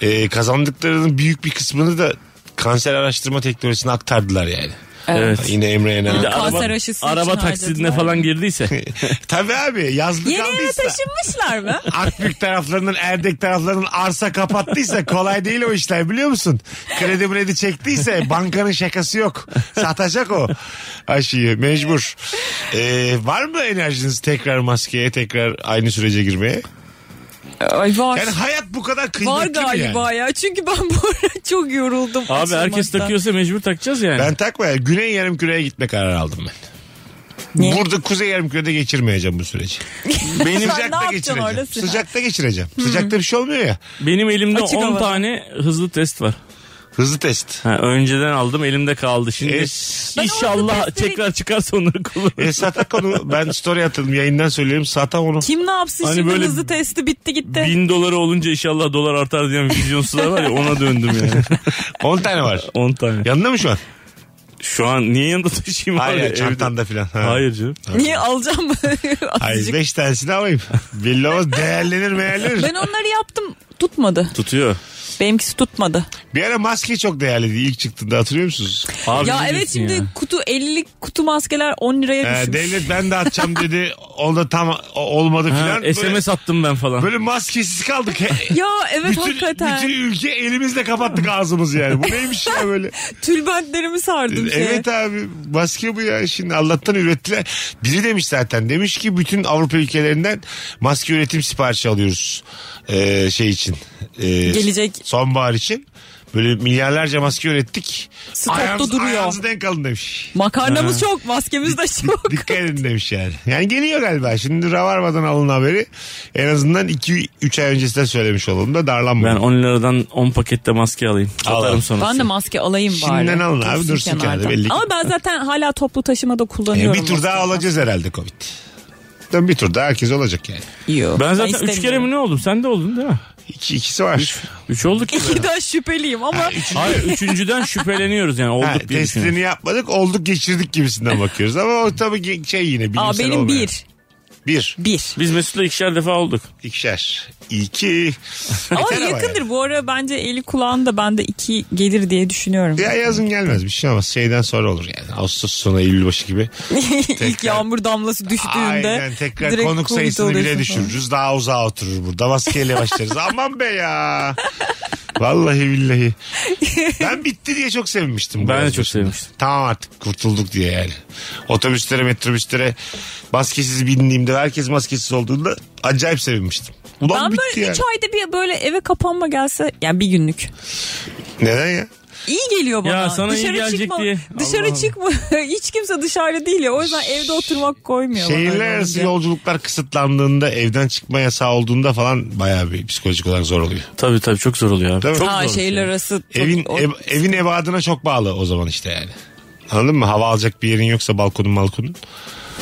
S1: e, kazandıklarının büyük bir kısmını da kanser araştırma teknolojisine aktardılar yani.
S3: Evet.
S1: Yine Emre Yener.
S2: de- Kanser aşısı için
S3: araba taksidine
S2: harcadılar.
S3: falan girdiyse
S1: Tabii abi yazlık
S2: Yeni eve
S1: aldıysa.
S2: taşınmışlar mı?
S1: Akbük taraflarının Erdek taraflarının arsa kapattıysa kolay değil o işler biliyor musun? Kredi mredi çektiyse bankanın şakası yok. Satacak o aşıyı mecbur. Ee, var mı enerjiniz tekrar maskeye tekrar aynı sürece girmeye?
S2: Ay var.
S1: Yani hayat bu kadar kıymetli
S2: var
S1: mi yani?
S2: galiba ya. Çünkü ben bu ara çok yoruldum.
S3: abi herkes
S2: açılmaktan.
S3: takıyorsa mecbur takacağız yani.
S1: Ben takma ya. Güney yarımküreye gitme kararı aldım ben.
S2: Niye?
S1: Burada kuzey yarımkürede geçirmeyeceğim bu süreci.
S2: Sen ne
S1: Sıcakta
S2: yapacaksın
S1: geçireceğim.
S2: orada Sinan?
S1: Sıcakta geçireceğim. Sıcakta bir şey olmuyor ya.
S3: Benim elimde
S2: Açık
S3: 10
S2: havada.
S3: tane hızlı test var.
S1: Hızlı test.
S3: Ha, önceden aldım elimde kaldı. Şimdi
S1: E, Es-
S2: Ben
S3: inşallah
S2: orada testleri-
S3: tekrar çıkarsa onları kullanırım.
S1: E satak onu. Ben story atıldım. Yayından söyleyeyim. Satak onu.
S2: Kim ne yapsın
S3: Hani
S2: şimdi
S3: böyle
S2: hızlı testi bitti
S1: E.
S2: gitti.
S3: Bin doları olunca inşallah dolar artar diyen vizyonsuzlar var ya ona döndüm yani.
S1: 10 tane var.
S3: 10 tane.
S1: Yanında mı şu an?
S3: Şu an niye yanında taşıyayım
S1: Hayır,
S3: abi?
S1: hayır, çantanda filan. Ha.
S3: Hayır canım.
S2: Niye alacağım
S1: Hayır
S2: azıcık?
S1: 5 tanesini alayım. Belli olmaz. Değerlenir meğerlenir.
S2: Ben onları yaptım tutmadı.
S3: Tutuyor.
S2: Benimkisi tutmadı.
S1: Bir ara maske çok değerliydi ilk çıktığında hatırlıyor musunuz?
S3: Abi
S2: ya
S3: ne
S2: evet
S3: diyorsun
S2: şimdi
S3: ya?
S2: kutu 50'lik kutu maskeler 10 liraya
S1: Ee,
S2: düşmüş.
S1: devlet ben de atacağım dedi. O da tam o- olmadı
S3: Ha,
S1: filan. Böyle-
S3: SMS attım ben falan.
S1: Böyle maskesiz kaldık. He-
S2: Ya evet
S1: bütün,
S2: hakikaten.
S1: bütün ülke elimizle kapattık ağzımızı yani. Bu neymiş ya böyle?
S2: Tülbentlerimi sardım şeye.
S1: Evet abi maske bu ya şimdi Allah'tan ürettiler. Biri demiş zaten demiş ki bütün Avrupa ülkelerinden maske üretim siparişi alıyoruz ee, şey için. Ee,
S2: Gelecek.
S1: Sonbahar için. Böyle milyarlarca maske ürettik.
S2: Stokta duruyor.
S1: Ayağınızı denk alın demiş.
S2: Makarnamız çok maskemiz de çok.
S1: Dikkat edin demiş yani. Yani geliyor galiba. Şimdi ravarmadan alın haberi. En azından 2-3 ay öncesinden söylemiş olalım da
S3: Ben
S1: darlanmayın.
S3: 10 liradan 10 pakette maske alayım.
S1: Al
S3: Atarım
S1: al.
S3: sonra.
S2: Ben de maske alayım bari.
S1: Şimdiden alın abi, dursun kenarda, belli ki.
S2: Ama ben zaten hala toplu taşımada
S1: Ee,
S2: kullanıyorum.
S1: bir tur daha
S2: maske.
S1: alacağız herhalde Covid. Dön bir tur daha herkes olacak yani.
S2: Yok.
S3: Ben zaten 3
S2: istemiyorum.
S3: kere mi ne oldum? Sen de oldun değil mi?
S1: İki, ikisi var.
S3: 3 olduk ki.
S2: İkiden şüpheliyim ama
S3: Hayır üçüncüden şüpheleniyoruz yani olduk
S1: Ha,
S3: diye düşünüyorum.
S1: testini yapmadık olduk geçirdik gibisinden bakıyoruz ama o tabii ki şey yine bilimsel
S2: Aa, benim
S1: olmayan.
S2: bir.
S1: Bir.
S2: Bir.
S3: Biz Mesut'la ikişer defa olduk.
S1: İkişer. İki.
S2: Ama
S1: Yeter ama
S2: yakındır bu ara bence eli kulağında ben de iki gelir diye düşünüyorum.
S1: Ya yazın gelmez bir şey olmaz. Şeyden sonra olur yani. Ağustos sonu Eylül başı gibi.
S2: İlk yağmur damlası düştüğünde
S1: Aynen tekrar
S2: direkt
S1: konuk
S2: Covid
S1: sayısını bile
S2: oluyorsun
S1: düşürürüz. Daha uzağa oturur burada. Maskeyle başlarız. Aman be ya. Vallahi billahi. Ben bitti diye çok sevinmiştim. bu
S3: Ben de
S1: yaz
S3: çok
S1: başında.
S3: sevmiştim.
S1: Tamam artık kurtulduk diye yani. Otobüslere metrobüslere maskesiz bindiğimde herkes maskesiz olduğunda acayip sevinmiştim. Ulan
S2: falan. Ben
S1: bitti
S2: böyle
S1: ya.
S2: üç ayda bir böyle eve kapanma gelse yani bir günlük.
S1: Neden ya?
S2: İyi geliyor bana.
S3: Ya sana iyi gelececek
S2: çıkma,
S3: diye.
S2: Dışarı çıkma. Hiç kimse dışarıda değil ya. O yüzden evde oturmak koymuyor bana öyle
S1: Şehirler arası
S2: olunca.
S1: yolculuklar kısıtlandığında evden çıkma yasağı olduğunda falan bayağı bir psikolojik olarak zor oluyor.
S3: Tabii tabii çok zor oluyor abi.
S1: Değil mi?
S3: Çok
S2: Ha
S3: zor.
S2: şehirler arası. çok-
S1: Evin
S2: o-
S1: ev- evin ebadına çok bağlı o zaman işte yani. Anladın mı? Hava alacak bir yerin yoksa balkonun balkonun.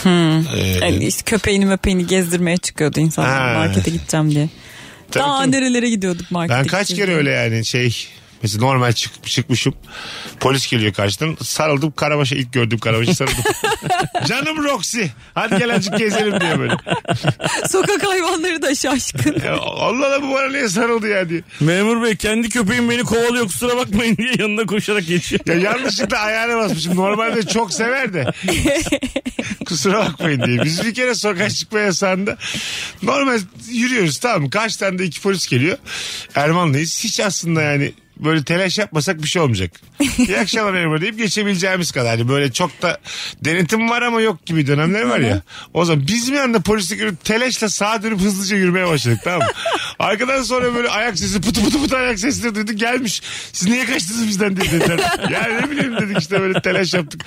S2: Hmm.
S1: Ee,
S2: Yani Hani işte köpeğini möpeğini gezdirmeye çıkıyordu insanlar
S1: Ha.
S2: markete gideceğim diye.
S1: tabii
S2: Daha
S1: tabii.
S2: nerelere gidiyorduk markete.
S1: Ben kaç
S2: gideceğiz
S1: kere
S2: diye.
S1: öyle yani şey mesela normal çık, çıkmışım. Polis geliyor karşıdan. Sarıldım Karabaş'a ilk gördüğüm Karabaş'a sarıldım. Canım Roxy. Hadi gel azıcık gezelim diye böyle.
S2: Sokak hayvanları da şaşkın.
S1: Ya, Allah Allah bu bana niye sarıldı ya diye.
S3: Memur bey kendi köpeğim beni kovalıyor kusura bakmayın diye yanına koşarak geçiyor.
S1: Ya yanlışlıkla ayağına basmışım. Normalde çok sever de. Kusura bakmayın diye. Biz bir kere sokağa çıkma yasağında normal yürüyoruz tamam mı? Kaç tane de iki polis geliyor. Ermanlıyız. Hiç aslında yani böyle telaş yapmasak bir şey olmayacak. İyi akşamlar Ebru deyip geçebileceğimiz kadar. Hani böyle çok da denetim var ama yok gibi dönemler var ya. O zaman biz bir anda polislik görüp telaşla sağa dönüp hızlıca yürümeye başladık tamam mı? Arkadan sonra böyle ayak sesi pıtı pıtı pıtı ayak sesleri duyduk gelmiş. Siz niye kaçtınız bizden dedi- dediler. yani ne bileyim dedik işte böyle telaş yaptık.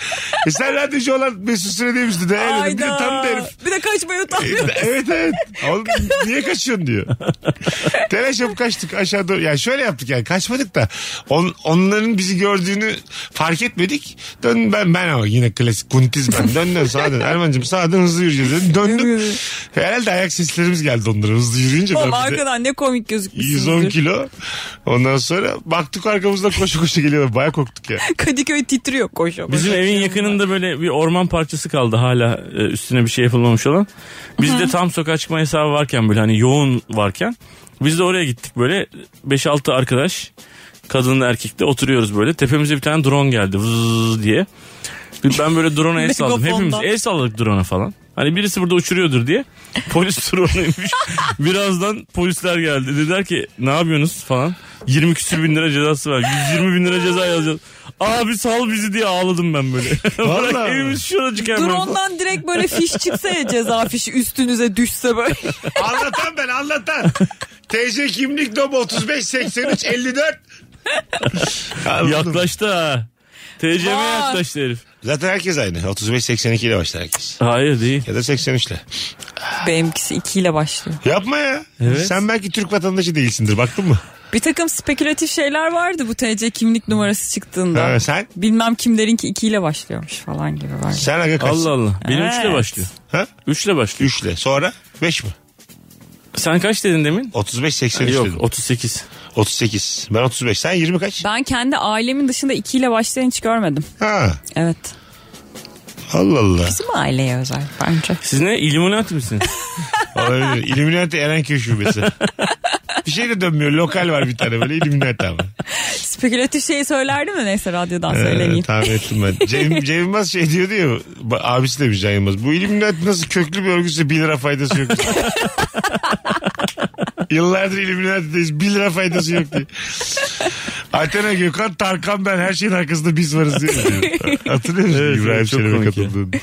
S1: E sen radyocu olan Mesut Süre değil misin dedi. Evet dedim. Bir de tam da herif Ee,
S2: Bir de kaçmayı utanmıyor.
S1: evet evet. Oğlum niye kaçıyorsun diyor. Telaş yapıp kaçtık aşağı doğru. Yani şöyle yaptık yani kaçmadık da on, onların bizi gördüğünü fark etmedik. Dön ben ben ama yine klasik kuntiz ben. Dön dön sağa dön. Erman'cığım sağa dön hızlı yürüyeceğiz. dedim. Döndüm. Herhalde ayak seslerimiz geldi onlara hızlı yürüyünce.
S2: Oğlum
S1: ben bir de
S2: arkadan ne komik gözükmüşsünüzdür.
S1: 110 kilo. Ondan sonra baktık arkamızda koşu koşu geliyorlar. Baya korktuk ya.
S2: Kadıköy titriyor koşuyor.
S3: Bizim evin yakınında böyle bir orman parçası kaldı hala e, üstüne bir şey yapılmamış olan. Biz de tam sokağa çıkma hesabı varken böyle hani yoğun varken biz de oraya gittik böyle 5-6 arkadaş kadınla erkekle oturuyoruz böyle. Tepemize bir tane drone geldi vız diye. Ben böyle drone'a el salladım. Hepimiz
S2: Megafondan.
S3: el salladık drone'a falan. Hani birisi burada uçuruyordur diye. Polis drone'uymuş. Birazdan polisler geldi. Dediler ki ne yapıyorsunuz falan. 20 küsür bin lira cezası var. 120 bin lira ceza yazacağız. Abi sal bizi diye ağladım ben böyle.
S1: Vallahi
S3: Bırak
S1: mi?
S3: evimiz şuracık hemen.
S2: Drone'dan direkt böyle fiş çıksa ya ceza fişi üstünüze düşse böyle.
S1: Anlatan ben anlatan. TC kimlik domu 35 83 54.
S3: Yaklaştı ha. TCM'ye
S2: Vay.
S3: yaklaştı herif.
S1: Zaten herkes aynı. 35 82 ile başlar herkes.
S3: Hayır değil.
S1: Ya da 83 ile.
S2: Benimkisi ikiyle başlıyor.
S1: Yapma ya.
S3: Evet.
S1: Sen belki Türk vatandaşı değilsindir. Baktın mı?
S2: Bir takım spekülatif şeyler vardı bu TC kimlik numarası çıktığında.
S1: Ha, sen
S2: Bilmem kimlerinki ikiyle başlıyormuş falan gibi var.
S1: sen aga kaç?
S3: Allah Allah. Benim
S2: Evet.
S3: üçle başlıyor.
S1: Ha?
S3: Üçle başlıyor.
S1: 3 ile. Sonra 5 mi?
S3: Sen kaç dedin demin?
S1: 35 83
S3: Yok
S1: dedim.
S3: 38.
S1: 38. Ben 35. Sen 20 kaç?
S2: Ben kendi ailemin dışında ikiyle başlayan hiç görmedim.
S1: Ha.
S2: Evet.
S1: Allah Allah.
S2: Bizim aileye özel bence.
S3: Siz ne? Illuminati misiniz?
S1: Olabilir. İlluminati Erenköy şubesi. bir şey de dönmüyor. Lokal var bir tane böyle İlluminati ama.
S2: Spekülatif şeyi söylerdim de neyse radyodan
S1: Ee,
S2: söylemeyeyim.
S1: tahmin ettim ben. Cem, Cem Yılmaz şey diyordu ya ba- abisi demiş Cem Yılmaz. Bu İlluminati nasıl köklü bir örgütse 1 lira faydası yok. Yıllardır İlluminati'deyiz 1 lira faydası yok diye. Athena Gökhan, Tarkan ben her şeyin arkasında biz varız diyor. Hatırlıyor musun
S3: Evet,
S1: İbrahim
S3: evet, çok
S1: Şerif'e
S3: komik ya.
S1: katıldığında?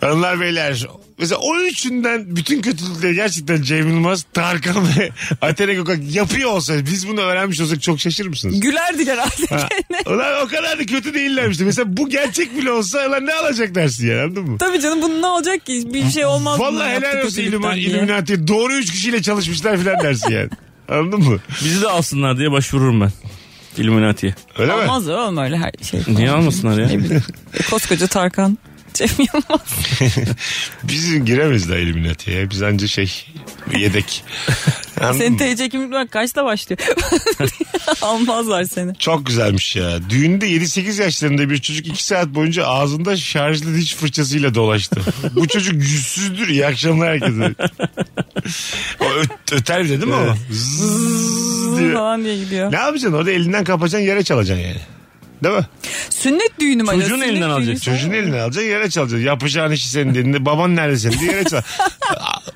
S1: Hanımlar beyler mesela o üçünden bütün kötülükleri gerçekten Cem Yılmaz, Tarkan ve Athena Gökhan yapıyor olsa biz bunu öğrenmiş olsak çok şaşırır mısınız?
S2: Gülerdik herhalde.
S1: Ha. Ulan o kadar da kötü değillermişti. Mesela bu gerçek bile olsa ulan ne alacak dersin yani anladın mı?
S2: Tabii canım bunun ne olacak ki? Bir şey olmaz. bunun
S1: Vallahi helal
S2: yaptığı
S1: olsun
S2: kötülükten
S1: İllumi-
S2: diye.
S1: Illuminati'ye. Doğru üç kişiyle çalışmışlar filan dersin yani. Anladın mı?
S3: Bizi de alsınlar diye başvururum ben. Illuminati'ye.
S1: Öyle mi?
S2: Olmaz oğlum öyle her şey.
S3: Niye almasınlar ya?
S2: E, Koskoca Tarkan. Cem Yılmaz.
S1: Biz giremeyiz daha Illuminati'ye. Biz anca şey yedek. Anladın
S2: Senin
S1: mı?
S2: TC kimlik numaran kaçta başlıyor? Almazlar seni.
S1: Çok güzelmiş ya. Düğünde 7-8 yaşlarında bir çocuk 2 saat boyunca ağzında şarjlı diş fırçasıyla dolaştı. Bu çocuk yüzsüzdür. İyi akşamlar herkese. o ö- öter bir de değil mi o? Zzzz diye.
S2: Falan diye gidiyor.
S1: Ne yapacaksın orada elinden kapacaksın yere çalacaksın yani. Değil mi?
S2: Sünnet düğünü mü?
S3: Çocuğun
S2: Sünnet
S3: elinden
S2: düğünü
S3: alacak.
S2: sen-
S1: Çocuğun elinden alacaksın yere çalacaksın. Yapacağın işi senin elinde. Baban nerede senin diye yere çal.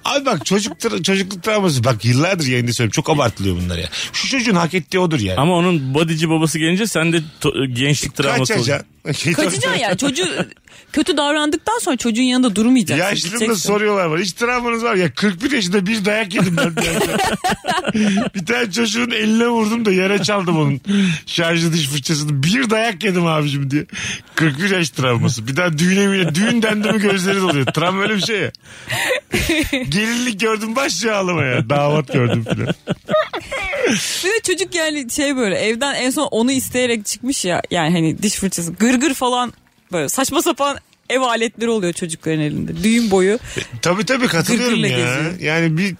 S1: Abi bak çocuk tra- çocukluk travması. Bak yıllardır yayında söylüyorum. Çok abartılıyor bunlar ya. Şu çocuğun hak ettiği odur yani.
S3: Ama onun bodyci babası gelince sen de to- gençlik travması olacak.
S1: Kaçacaksın.
S2: Kaçacaksın ya. Çocuğu kötü davrandıktan sonra çocuğun yanında durmayacaksın.
S1: Yaşlılığında
S2: gideceksin.
S1: soruyorlar var. Hiç travmanız var ya 41 yaşında bir dayak yedim ben. bir akşam. bir tane çocuğun eline vurdum da yere çaldım onun şarjlı diş fırçasını. Bir dayak yedim abicim diye. 41 yaş travması. Bir daha düğüne bile düğün dendi mi gözleri doluyor. Travma öyle bir şey ya. Gelinlik gördüm başlıyor ağlamaya. Davat gördüm filan.
S2: Bir de çocuk yani şey böyle evden en son onu isteyerek çıkmış ya. Yani hani diş fırçası gırgır falan böyle saçma sapan ev aletleri oluyor çocukların elinde. Düğün boyu.
S1: Tabii tabii katılıyorum
S2: Gırgırla
S1: ya.
S2: geziyor.
S1: Yani bir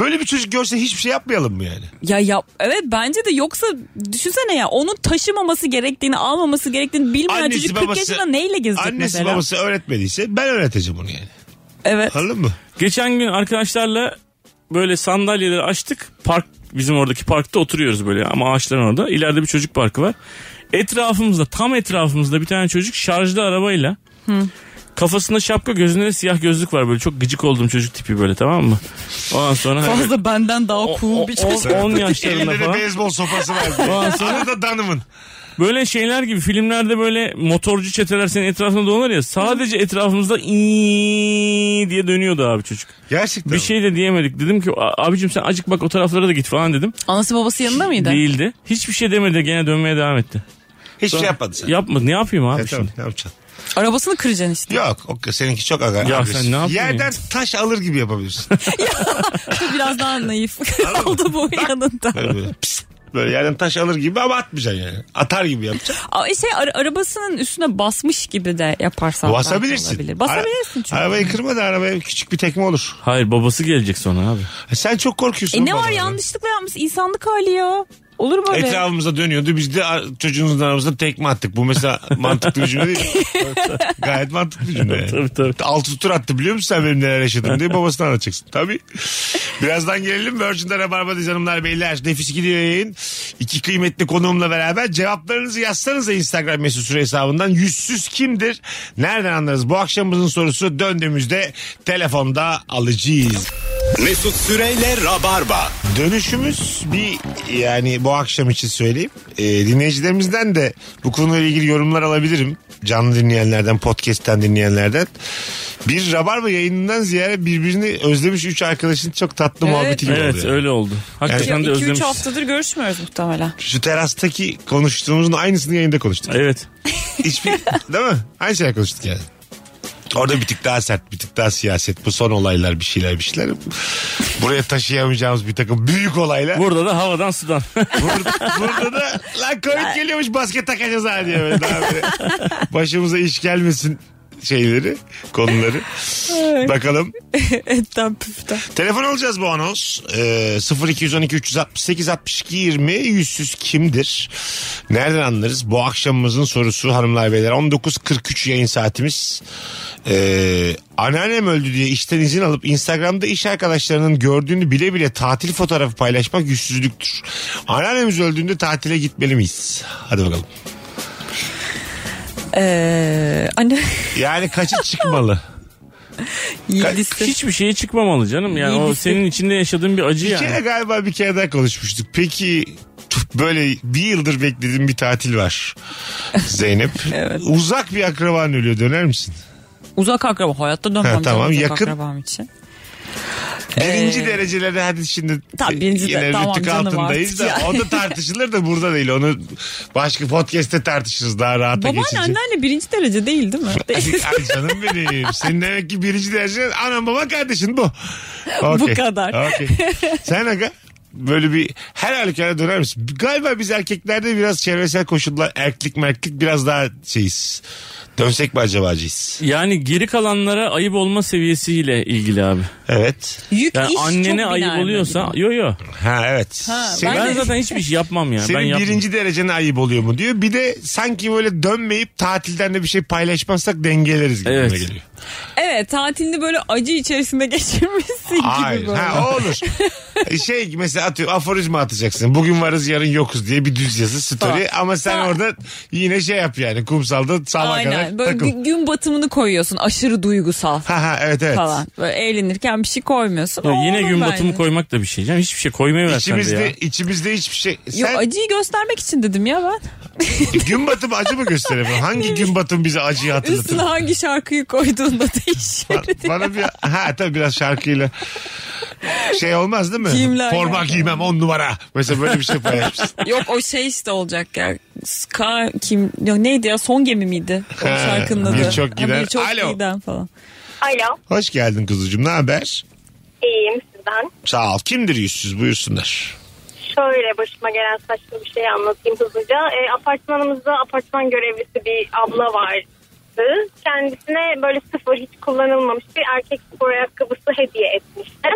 S1: Böyle bir çocuk görse hiçbir şey yapmayalım mı yani?
S2: Ya yap evet bence de yoksa düşünsene ya onun taşımaması gerektiğini almaması gerektiğini bilmeyen
S1: Annesi,
S2: çocuk 40
S1: babası-
S2: yaşında neyle gezecek
S1: Annesi
S2: mesela?
S1: babası öğretmediyse ben öğreteceğim onu yani.
S2: Evet.
S1: Anladın mı?
S3: Geçen gün arkadaşlarla böyle sandalyeleri açtık. Park bizim oradaki parkta oturuyoruz böyle ama ağaçların orada. İleride bir çocuk parkı var. Etrafımızda tam etrafımızda bir tane çocuk şarjlı arabayla Kafasında şapka gözünde de siyah gözlük var böyle çok gıcık olduğum çocuk tipi böyle tamam mı? Ondan sonra hani-
S2: Fazla benden daha cool bir çocuk.
S3: 10 yaşlarında
S1: Elinde de
S3: falan.
S1: beyzbol sopası vardı. Sonra da danımın.
S3: Böyle şeyler gibi filmlerde böyle motorcu çeteler senin etrafında dolanır ya sadece etrafımızda iiii diye dönüyordu abi çocuk.
S1: Gerçekten.
S3: Bir şey de diyemedik. Dedim ki "A- abicim sen acık bak o taraflara da git falan dedim.
S2: Anası babası yanında mıydı?
S3: Değildi. Hiçbir şey demedi gene dönmeye devam etti.
S1: Hiçbir şey yapmadı sen.
S3: Yapmadı. Ne yapayım abi
S1: E, tamam,
S3: şimdi?
S1: ne yapacaksın?
S2: Arabasını kıracaksın işte.
S1: Yok o, seninki çok aga.
S3: Ya
S1: agresif.
S3: sen ne yapıyorsun
S1: Yerden
S3: ya?
S1: taş alır gibi yapabilirsin.
S2: İşte biraz daha naif oldu bu yanında.
S1: Böyle, böyle, pist, böyle yerden taş alır gibi ama atmayacaksın yani. Atar gibi yapacaksın.
S2: Ama şey ara- arabasının üstüne basmış gibi de yaparsan. belki
S1: Basabilirsin.
S2: olabilir.
S1: Ara-
S2: Basabilirsin çünkü.
S1: Arabayı kırma da arabaya küçük bir tekme olur.
S3: Hayır babası gelecek sonra abi.
S1: E, sen çok korkuyorsun.
S2: E ne
S1: oğlum
S2: var
S1: babadan.
S2: yanlışlıkla yapmış insanlık hali ya. Olur mu öyle?
S1: Etrafımıza dönüyordu. Biz de ar- çocuğumuzun aramızda tekme attık. Bu mesela mantıklı bir cümle değil. mi? Gayet mantıklı bir cümle. yani.
S3: Tabii, tabii.
S1: Altı tur attı biliyor musun sen benim neler yaşadım diye babasına anlatacaksın. Tabii. Birazdan gelelim. Virgin'de Rabarba'dayız hanımlar beyler. Nefis gidiyor yayın. İki kıymetli konuğumla beraber cevaplarınızı yazsanıza Instagram mesut süre hesabından. Yüzsüz kimdir? Nereden anlarız? Bu akşamımızın sorusu döndüğümüzde telefonda alacağız.
S6: Mesut Süreyle Rabarba.
S1: Dönüşümüz bir yani bu akşam için söyleyeyim. Ee, dinleyicilerimizden de bu konuyla ilgili yorumlar alabilirim. Canlı dinleyenlerden, podcast'ten dinleyenlerden. Bir Rabarba yayınından ziyade birbirini özlemiş üç arkadaşın çok tatlı
S2: Evet.
S1: muhabbeti gibi
S3: Evet
S1: oluyor.
S3: öyle oldu. Hakikaten de
S2: 2-3
S3: özlemiş.
S2: haftadır görüşmüyoruz muhtemelen.
S1: Şu terastaki konuştuğumuzun aynısını yayında konuştuk.
S3: Evet.
S1: Hiçbir, değil mi? Aynı şeyler konuştuk yani. Orada bir tık daha sert, bir tık daha siyaset. Bu son olaylar bir şeyler bir şeyler. Buraya taşıyamayacağımız bir takım büyük olaylar.
S3: Burada da havadan sudan.
S1: Burada, burada da lan Covid geliyormuş basket takacağız ha diye böyle daha böyle Başımıza iş gelmesin şeyleri, konuları. Bakalım.
S2: Etten püften.
S1: Telefon alacağız bu anons. Ee, 0212 368 62 20 yüzsüz kimdir? Nereden anlarız? Bu akşamımızın sorusu hanımlar beyler. 19.43 yayın saatimiz. Ee, anneannem öldü diye işten izin alıp Instagram'da iş arkadaşlarının gördüğünü bile bile tatil fotoğrafı paylaşmak yüzsüzlüktür. Anneannemiz öldüğünde tatile gitmeli miyiz? Hadi bakalım.
S2: Ee, anne
S1: Yani kaçı çıkmalı?
S2: yedisi.
S3: Hiçbir şeye çıkmamalı canım. Yani o
S2: İlgisi.
S3: senin içinde yaşadığın bir acı
S1: Bir şey- kere
S3: yani.
S1: galiba bir kere daha konuşmuştuk. Peki böyle bir yıldır beklediğim bir tatil var Zeynep. Uzak bir akraban ölüyor döner misin?
S2: Uzak akraba hayatta dönmem.
S1: Ha,
S2: canım
S1: tamam,
S2: uzak
S1: yakın.
S2: Akrabam için.
S1: Birinci derecelerde hadi şimdi
S2: Tabii birinci de-
S1: yine
S2: Ee, tamam
S1: rütük
S2: canım
S1: altındayız da
S2: artık ya.
S1: o da tartışılır da burada değil. Onu başka podcast'te tartışırız daha rahata
S2: Babaanne
S1: geçince.
S2: anneanne birinci derece değil değil mi? Değil.
S1: Ay canım benim. Senin demek ki birinci derece anam baba kardeşin bu. Okey.
S2: kadar.
S1: Okey. Sen aga böyle bir her halükarda döner misin? Galiba biz erkeklerde biraz çevresel koşullar erklik merklik biraz daha şeyiz. Dönsek mi acaba acıyız?
S3: Yani geri kalanlara ayıp olma seviyesiyle ilgili abi.
S1: Evet.
S2: Yük
S3: Yani
S2: iş çok
S3: annene
S2: biner
S3: ayıp
S2: mi?
S3: oluyorsa yo yo.
S1: Ha evet.
S2: Ha,
S1: Senin-
S3: Ben,
S2: Ben de-
S3: zaten hiçbir şey yapmam ya. ben
S1: Senin
S3: yapmam.
S1: birinci derecene ayıp oluyor mu diyor. Bir de sanki böyle dönmeyip tatilden de bir şey paylaşmazsak dengeleriz gibi
S3: Evet.
S1: geliyor.
S2: Evet tatilini böyle acı içerisinde geçirmişsin
S1: Hayır.
S2: gibi böyle.
S1: Ha, o olur. şey mesela atıyor aforizma atacaksın. Bugün varız yarın yokuz diye bir düz yazı story. Ama sen
S2: Ha.
S1: orada yine şey yap yani kumsalda sabaha kadar
S2: Aynen. Böyle
S1: takıl.
S2: gü- gün batımını koyuyorsun aşırı duygusal
S1: Ha ha evet evet.
S2: falan. Böyle eğlenirken bir şey koymuyorsun.
S3: Ya
S2: O
S3: yine
S2: olur
S3: gün
S2: bence.
S3: batımı koymak da bir şey. canım. hiçbir şey koymayı versen de
S1: İçimizde,
S3: ya.
S1: içimizde hiçbir şey.
S2: Yok
S1: Sen
S2: acıyı göstermek için dedim ya ben.
S1: gün batımı acı mı gösteremiyorsun? Hangi gün batım bize acıyı hatırlatır?
S2: Üstüne hangi şarkıyı koyduğunda değişir.
S1: Bana bir ha tabii biraz şarkıyla şey olmaz değil mi?
S2: Giyimler
S1: Forma
S2: yani.
S1: giymem on numara. Mesela böyle bir şey paylaşmışsın.
S2: Yok o şey işte olacak ya. Ska kim ya neydi ya son gemi miydi? O
S1: Ha,
S2: şarkının adı.
S1: Birçok
S2: Ha,
S1: Giden.
S2: Birçok
S1: Alo.
S2: giden falan.
S8: Alo,
S1: Hoş geldin kuzucuğum ne haber?
S8: iyiyim sizden.
S1: Sağ ol. Kimdir yüzsüz buyursunlar.
S8: Şöyle başıma gelen saçma bir şey anlatayım hızlıca. E, apartmanımızda apartman görevlisi bir abla vardı. Kendisine böyle sıfır hiç kullanılmamış bir erkek spor ayakkabısı hediye etmiştim.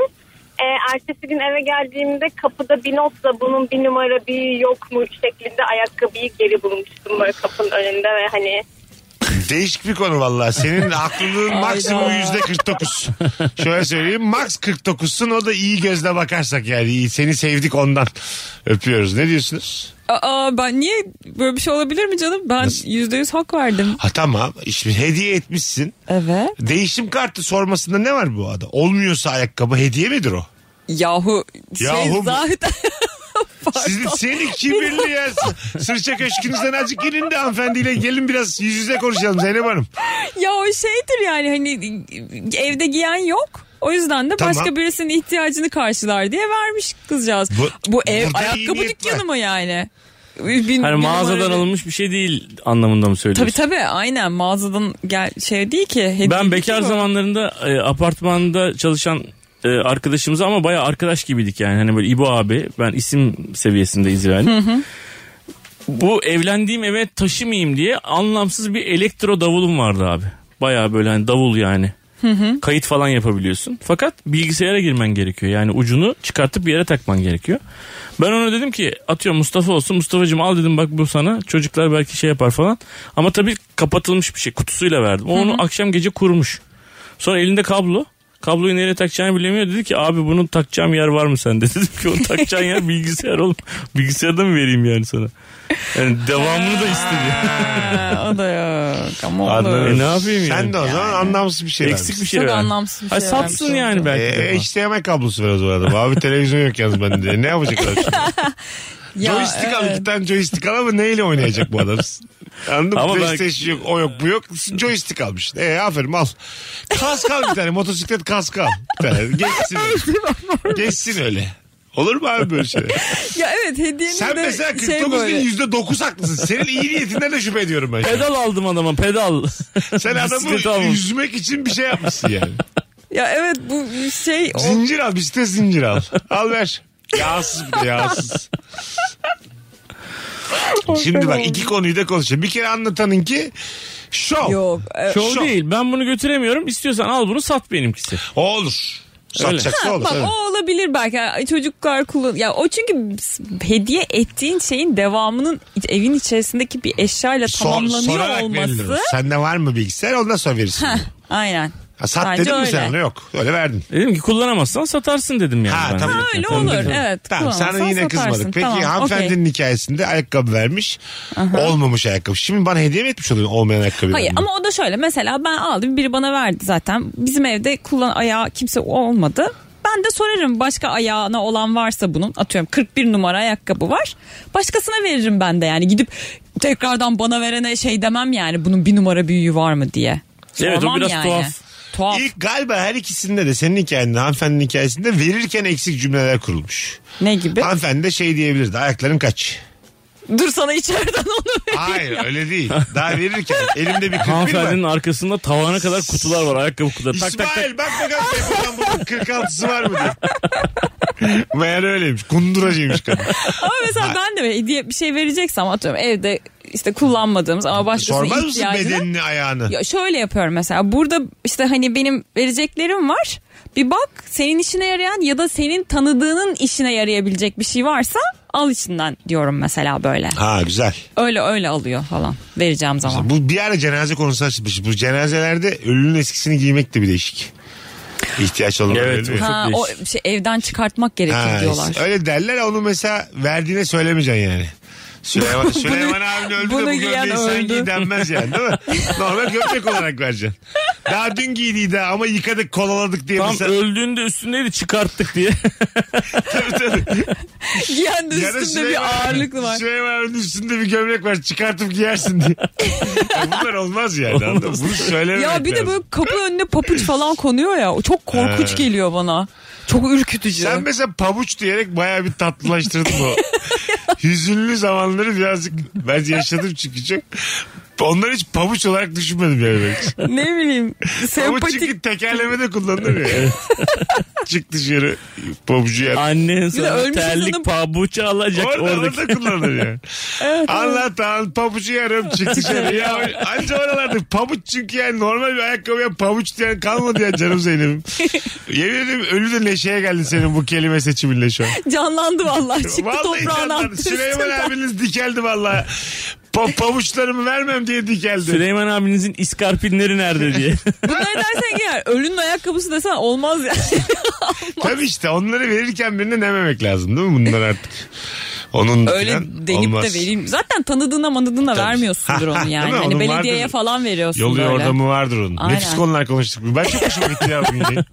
S8: E, ertesi gün eve geldiğimde kapıda bir notla bunun bir numara bir yok mu şeklinde ayakkabıyı geri bulmuştum böyle kapının önünde ve hani
S1: Değişik bir konu vallahi. Senin haklılığın maksimum
S2: Hayda.
S1: yüzde 49. Şöyle söyleyeyim. Max 49'sun o da iyi gözle bakarsak yani. iyi. Seni sevdik ondan. Öpüyoruz. Ne diyorsunuz?
S2: Aa, ben niye böyle bir şey olabilir mi canım? Ben yüzde yüz hak verdim.
S1: Ha tamam. İşte hediye etmişsin.
S2: Evet.
S1: Değişim kartı sormasında ne var bu adam? Olmuyorsa ayakkabı hediye midir o?
S2: Yahu şey
S1: Yahu bu-
S2: zaten.
S1: Sizin, seni kibirli ya. S- Sırça köşkünüzden azıcık gelin de hanımefendiyle gelin biraz yüz yüze konuşalım Zeynep Hanım.
S2: ya o şeydir yani hani evde giyen yok. O yüzden de
S1: Tamam.
S2: başka birisinin ihtiyacını karşılar diye vermiş kızcağız.
S1: Bu-
S2: Bu, ev
S1: burada iyi
S2: ayakkabı
S1: niyet
S2: dükkanı
S1: var.
S2: mı yani? Bin,
S3: Hani
S2: bin
S3: mağazadan
S2: numaralı-
S3: alınmış bir şey değil anlamında mı
S2: Tabii
S3: söylüyorsun?
S2: tabii aynen mağazadan gel şey değil ki. hediye değil
S3: Ben
S2: ki
S3: bekar
S2: bu.
S3: zamanlarında e, apartmanda çalışan e, arkadaşımıza ama bayağı arkadaş gibiydik yani. Hani böyle İbo abi ben isim seviyesindeyiz yani. Bu evlendiğim eve taşımayayım diye anlamsız bir elektro davulum vardı abi. Bayağı böyle hani davul yani. Kayıt falan yapabiliyorsun. Fakat bilgisayara girmen gerekiyor. Yani ucunu çıkartıp bir yere takman gerekiyor. Ben ona dedim ki atıyorum Mustafa olsun. Mustafa'cığım al dedim bak bu sana. Çocuklar belki şey yapar falan. Ama tabii kapatılmış bir şey. Kutusuyla verdim. O onu akşam gece kurmuş. Sonra elinde kablo. Kabloyu nereye takacağını bilemiyor. Dedi ki abi bunun takacağım yer var mı sende? Dedim ki onu takacağın yer bilgisayar oğlum. Bilgisayarda mı vereyim yani sana? Yani devamını da istedi.
S2: Ha, o da yok ama
S1: Anladım.
S2: olur.
S3: E ne yapayım yani?
S1: Sen de o zaman anlamsız bir şey
S3: Eksik bir şey
S2: Çok
S3: verdim.
S2: anlamsız bir
S3: Hayır,
S2: şey
S3: satsın
S2: vermiş
S3: yani belki. de.
S1: Ee, HDMI kablosu ver o zaman adam. Abi televizyon yok yalnız bende diye. Ne yapacaklar şimdi?
S2: Ya, e,
S1: joystick al
S2: evet.
S1: iki tane joystick al ama neyle oynayacak bu adam? Anladın mı?
S3: Ama ben-
S1: PlayStation yok o yok bu yok. Joystick almış. E aferin al. Kask al bir tane. Motosiklet kask al. Bir tane. Geçsin. Geçsin öyle. Olur mu abi böyle şey?
S2: Ya evet hediyenin
S1: Sen
S2: de
S1: mesela
S2: şey
S1: 49
S2: böyle.
S1: değil %9 haklısın. Senin iyi niyetinden de şüphe ediyorum ben.
S3: Pedal aldım adama pedal.
S1: Sen
S3: Bisiklet
S1: adamı
S3: almış.
S1: yüzmek için bir şey yapmışsın yani.
S2: Ya evet bu şey o
S1: Zincir al bisiklet zincir al. Al ver. Yağsız bir de yağsız. Şimdi bak iki konuyu da konuşalım. Bir kere anlatanın ki şov.
S2: yok. E,
S3: Şov
S1: Şov.
S3: değil. Ben bunu götüremiyorum. İstiyorsan al bunu sat benimkisi.
S1: O olur. Satacaksa olur.
S2: Bak
S1: Evet.
S2: o olabilir belki Yani çocuklar kullan. Ya o çünkü hediye ettiğin şeyin devamının iç- evin içerisindeki bir eşyayla
S1: Sor-
S2: tamamlanıyor
S1: sorarak verilir.
S2: olması.
S1: Sende var mı bilgisayar ondan sonra verirsin.
S2: Heh, aynen.
S1: Ha, sat
S2: Bence
S1: dedin mi
S2: öyle.
S1: sen ona? yok. Öyle verdin.
S3: Dedim ki kullanamazsan satarsın dedim yani.
S1: Ha,
S3: ben.
S1: tamam.
S2: Ha, öyle olur evet.
S1: Tamam sana
S2: Kullanırsan
S1: yine
S2: satarsın.
S1: kızmadık. Peki
S2: Tamam,
S1: hanımefendinin hikayesinde ayakkabı vermiş. Olmamış ayakkabı. Şimdi bana hediye mi etmiş oluyor olmayan ayakkabı?
S2: Hayır ama o da şöyle mesela ben aldım biri bana verdi zaten bizim evde kullan ayağı kimse olmadı. Ben de sorarım başka ayağına olan varsa bunun atıyorum 41 numara ayakkabı var. Başkasına veririm ben de yani gidip tekrardan bana verene şey demem yani bunun bir numara büyüğü var mı diye.
S3: Evet, o
S2: Sormam
S3: biraz tuhaf.
S2: Tuhaf.
S1: İlk galiba her ikisinde de senin hikayende hanımefendinin hikayesinde verirken eksik cümleler kurulmuş.
S2: Ne gibi?
S1: Hanımefendi de şey diyebilirdi ayakların kaç?
S2: Dur sana içeriden onu vereyim
S1: Hayır
S2: ya.
S1: öyle değil. Daha verirken elimde bir 41
S3: Hanımefendinin
S1: var.
S3: arkasında tavana kadar kutular var ayakkabı kutuları. Tak tak tak.
S1: İsmail bak bakalım telefondan bunun 46'sı var mı diye. Meğer öyleymiş. Kunduracıymış kadın.
S2: Ama mesela ben de hediye bir şey vereceksem atıyorum evde işte kullanmadığımız ama başkasının
S1: Sormaz mısın
S2: ihtiyacını.
S1: bedenini ayağını?
S2: Ya şöyle yapıyorum mesela burada işte hani benim vereceklerim var. Bir bak senin işine yarayan ya da senin tanıdığının işine yarayabilecek bir şey varsa al içinden diyorum mesela böyle.
S1: Ha güzel.
S2: Öyle öyle alıyor falan vereceğim zaman.
S1: Bu bir ara cenaze konusu açılmış. Bu cenazelerde ölünün eskisini giymek de bir değişik. İhtiyaç olan
S3: Evet,
S1: ölü.
S3: bu-
S2: Ha,
S3: Çok
S2: o
S3: değişik.
S2: şey evden çıkartmak gerekir
S1: Ha,
S2: diyorlar.
S1: Öyle derler onu mesela verdiğine söylemeyeceksin yani. Süleyman, Süleyman abin öldü
S2: bunu
S1: de bu
S2: giyen
S1: gömleği sen
S2: öldü.
S1: giy denmez yani değil mi? Normal gömlek olarak vereceksin. Daha dün giydiydi de ama yıkadık kolaladık diye
S3: Tam
S1: mesela.
S3: öldüğünde üstündeydi çıkarttık diye.
S2: Giyen de
S1: Ya da
S2: üstünde
S1: Süleyman-
S2: bir ağırlıklı var.
S1: Süleyman abinin üstünde bir gömlek var çıkartıp giyersin diye. Ya bunlar olmaz yani anladın mı? Bunu söylememek
S2: Ya bir de
S1: lazım.
S2: böyle kapı önüne papuç falan konuyor ya. O çok korkunç geliyor bana. Çok ürkütücü.
S1: Sen mesela pabuç diyerek bayağı bir tatlılaştırdın bu. Hüzünlü zamanları birazcık ben yaşadım çünkü çok. Onları hiç pabuç olarak düşünmedim yani. ben.
S2: Ne bileyim
S1: Pabuç
S2: sempatik
S1: çünkü tekerlemede kullanılır ya. Çık dışarı pabucu yer.
S3: Annen sana
S2: ölmüş
S3: terlik
S2: insanın-
S3: pabuç alacak
S1: Orada,
S3: oradaki.
S1: orada kullanılır yani. Allah'tan pabucu yarım çık dışarı. ya, anca oralarda pabuç çünkü yani normal bir ayakkabıya pabuç diyen kalmadı ya canım Zeynep'im. Yemin ederim ölü de leşeye geldi senin bu kelime seçiminle şu an.
S2: canlandı vallahi çıktı
S1: Vallahi
S2: toprağın
S1: canlandı.
S2: altı
S1: Süleyman abiniz dikeldi vallahi. Pa- pabuçlarımı vermem diye dikeldi.
S3: Süleyman abinizin iskarpinleri nerede diye.
S2: Bunları dersen ki ya ölünün ayakkabısı desen olmaz ya.
S1: Tabii işte onları verirken birine dememek lazım değil mi bunlar artık? Onun da
S2: Öyle
S1: filan
S2: denip
S1: olmaz.
S2: de vereyim. Zaten tanıdığına manıdığına vermiyorsundur onu
S1: Değil
S2: yani.
S1: mi?
S2: Hani
S1: Onun
S2: belediyeye
S1: vardır.
S2: falan veriyorsun
S1: Yolu
S2: böyle.
S1: orada mı vardır onun?
S2: Aynen.
S1: Nefis konular konuştuk. Ben çok hoşuma gitti ya bugün. yayın.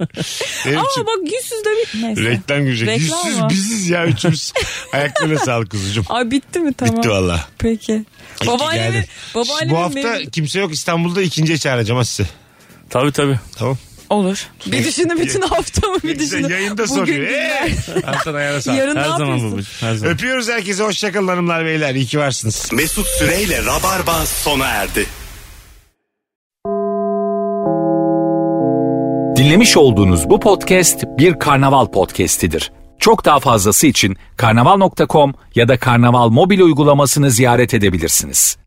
S1: Benim
S2: Ama
S1: için
S2: bak yüzsüz de bir... Neyse.
S1: reklam girecek.
S2: Reklam
S1: Yüzsüz
S2: mı?
S1: biziz ya üçümüz. Ayaklarına sağlık kuzucuğum.
S2: Ay bitti mi tamam.
S1: Bitti valla.
S2: Peki.
S1: İyi ki
S2: Babaannemin,
S1: geldin.
S2: babaannemin
S1: Bu hafta
S2: benim-
S1: kimse yok İstanbul'da ikinciye çağıracağım ha sizi.
S3: tabii tabii.
S1: Tamam.
S2: Olur. Bir düşünün bütün haftamı bir
S1: Güzel,
S2: düşünün.
S1: yayında
S2: Bugün
S1: soruyor.
S2: günler.
S1: Ee, Hasan ayağına sağlık.
S2: Yarın ne
S3: Her zaman
S2: yapıyorsun?
S3: babacığım. Her zaman.
S1: Öpüyoruz herkese. Hoşçakalın hanımlar beyler. İyi ki varsınız.
S6: Mesut Süreyle Rabarba sona erdi.
S9: Dinlemiş olduğunuz bu podcast bir karnaval podcastidir. Çok daha fazlası için karnaval.com ya da karnaval mobil uygulamasını ziyaret edebilirsiniz.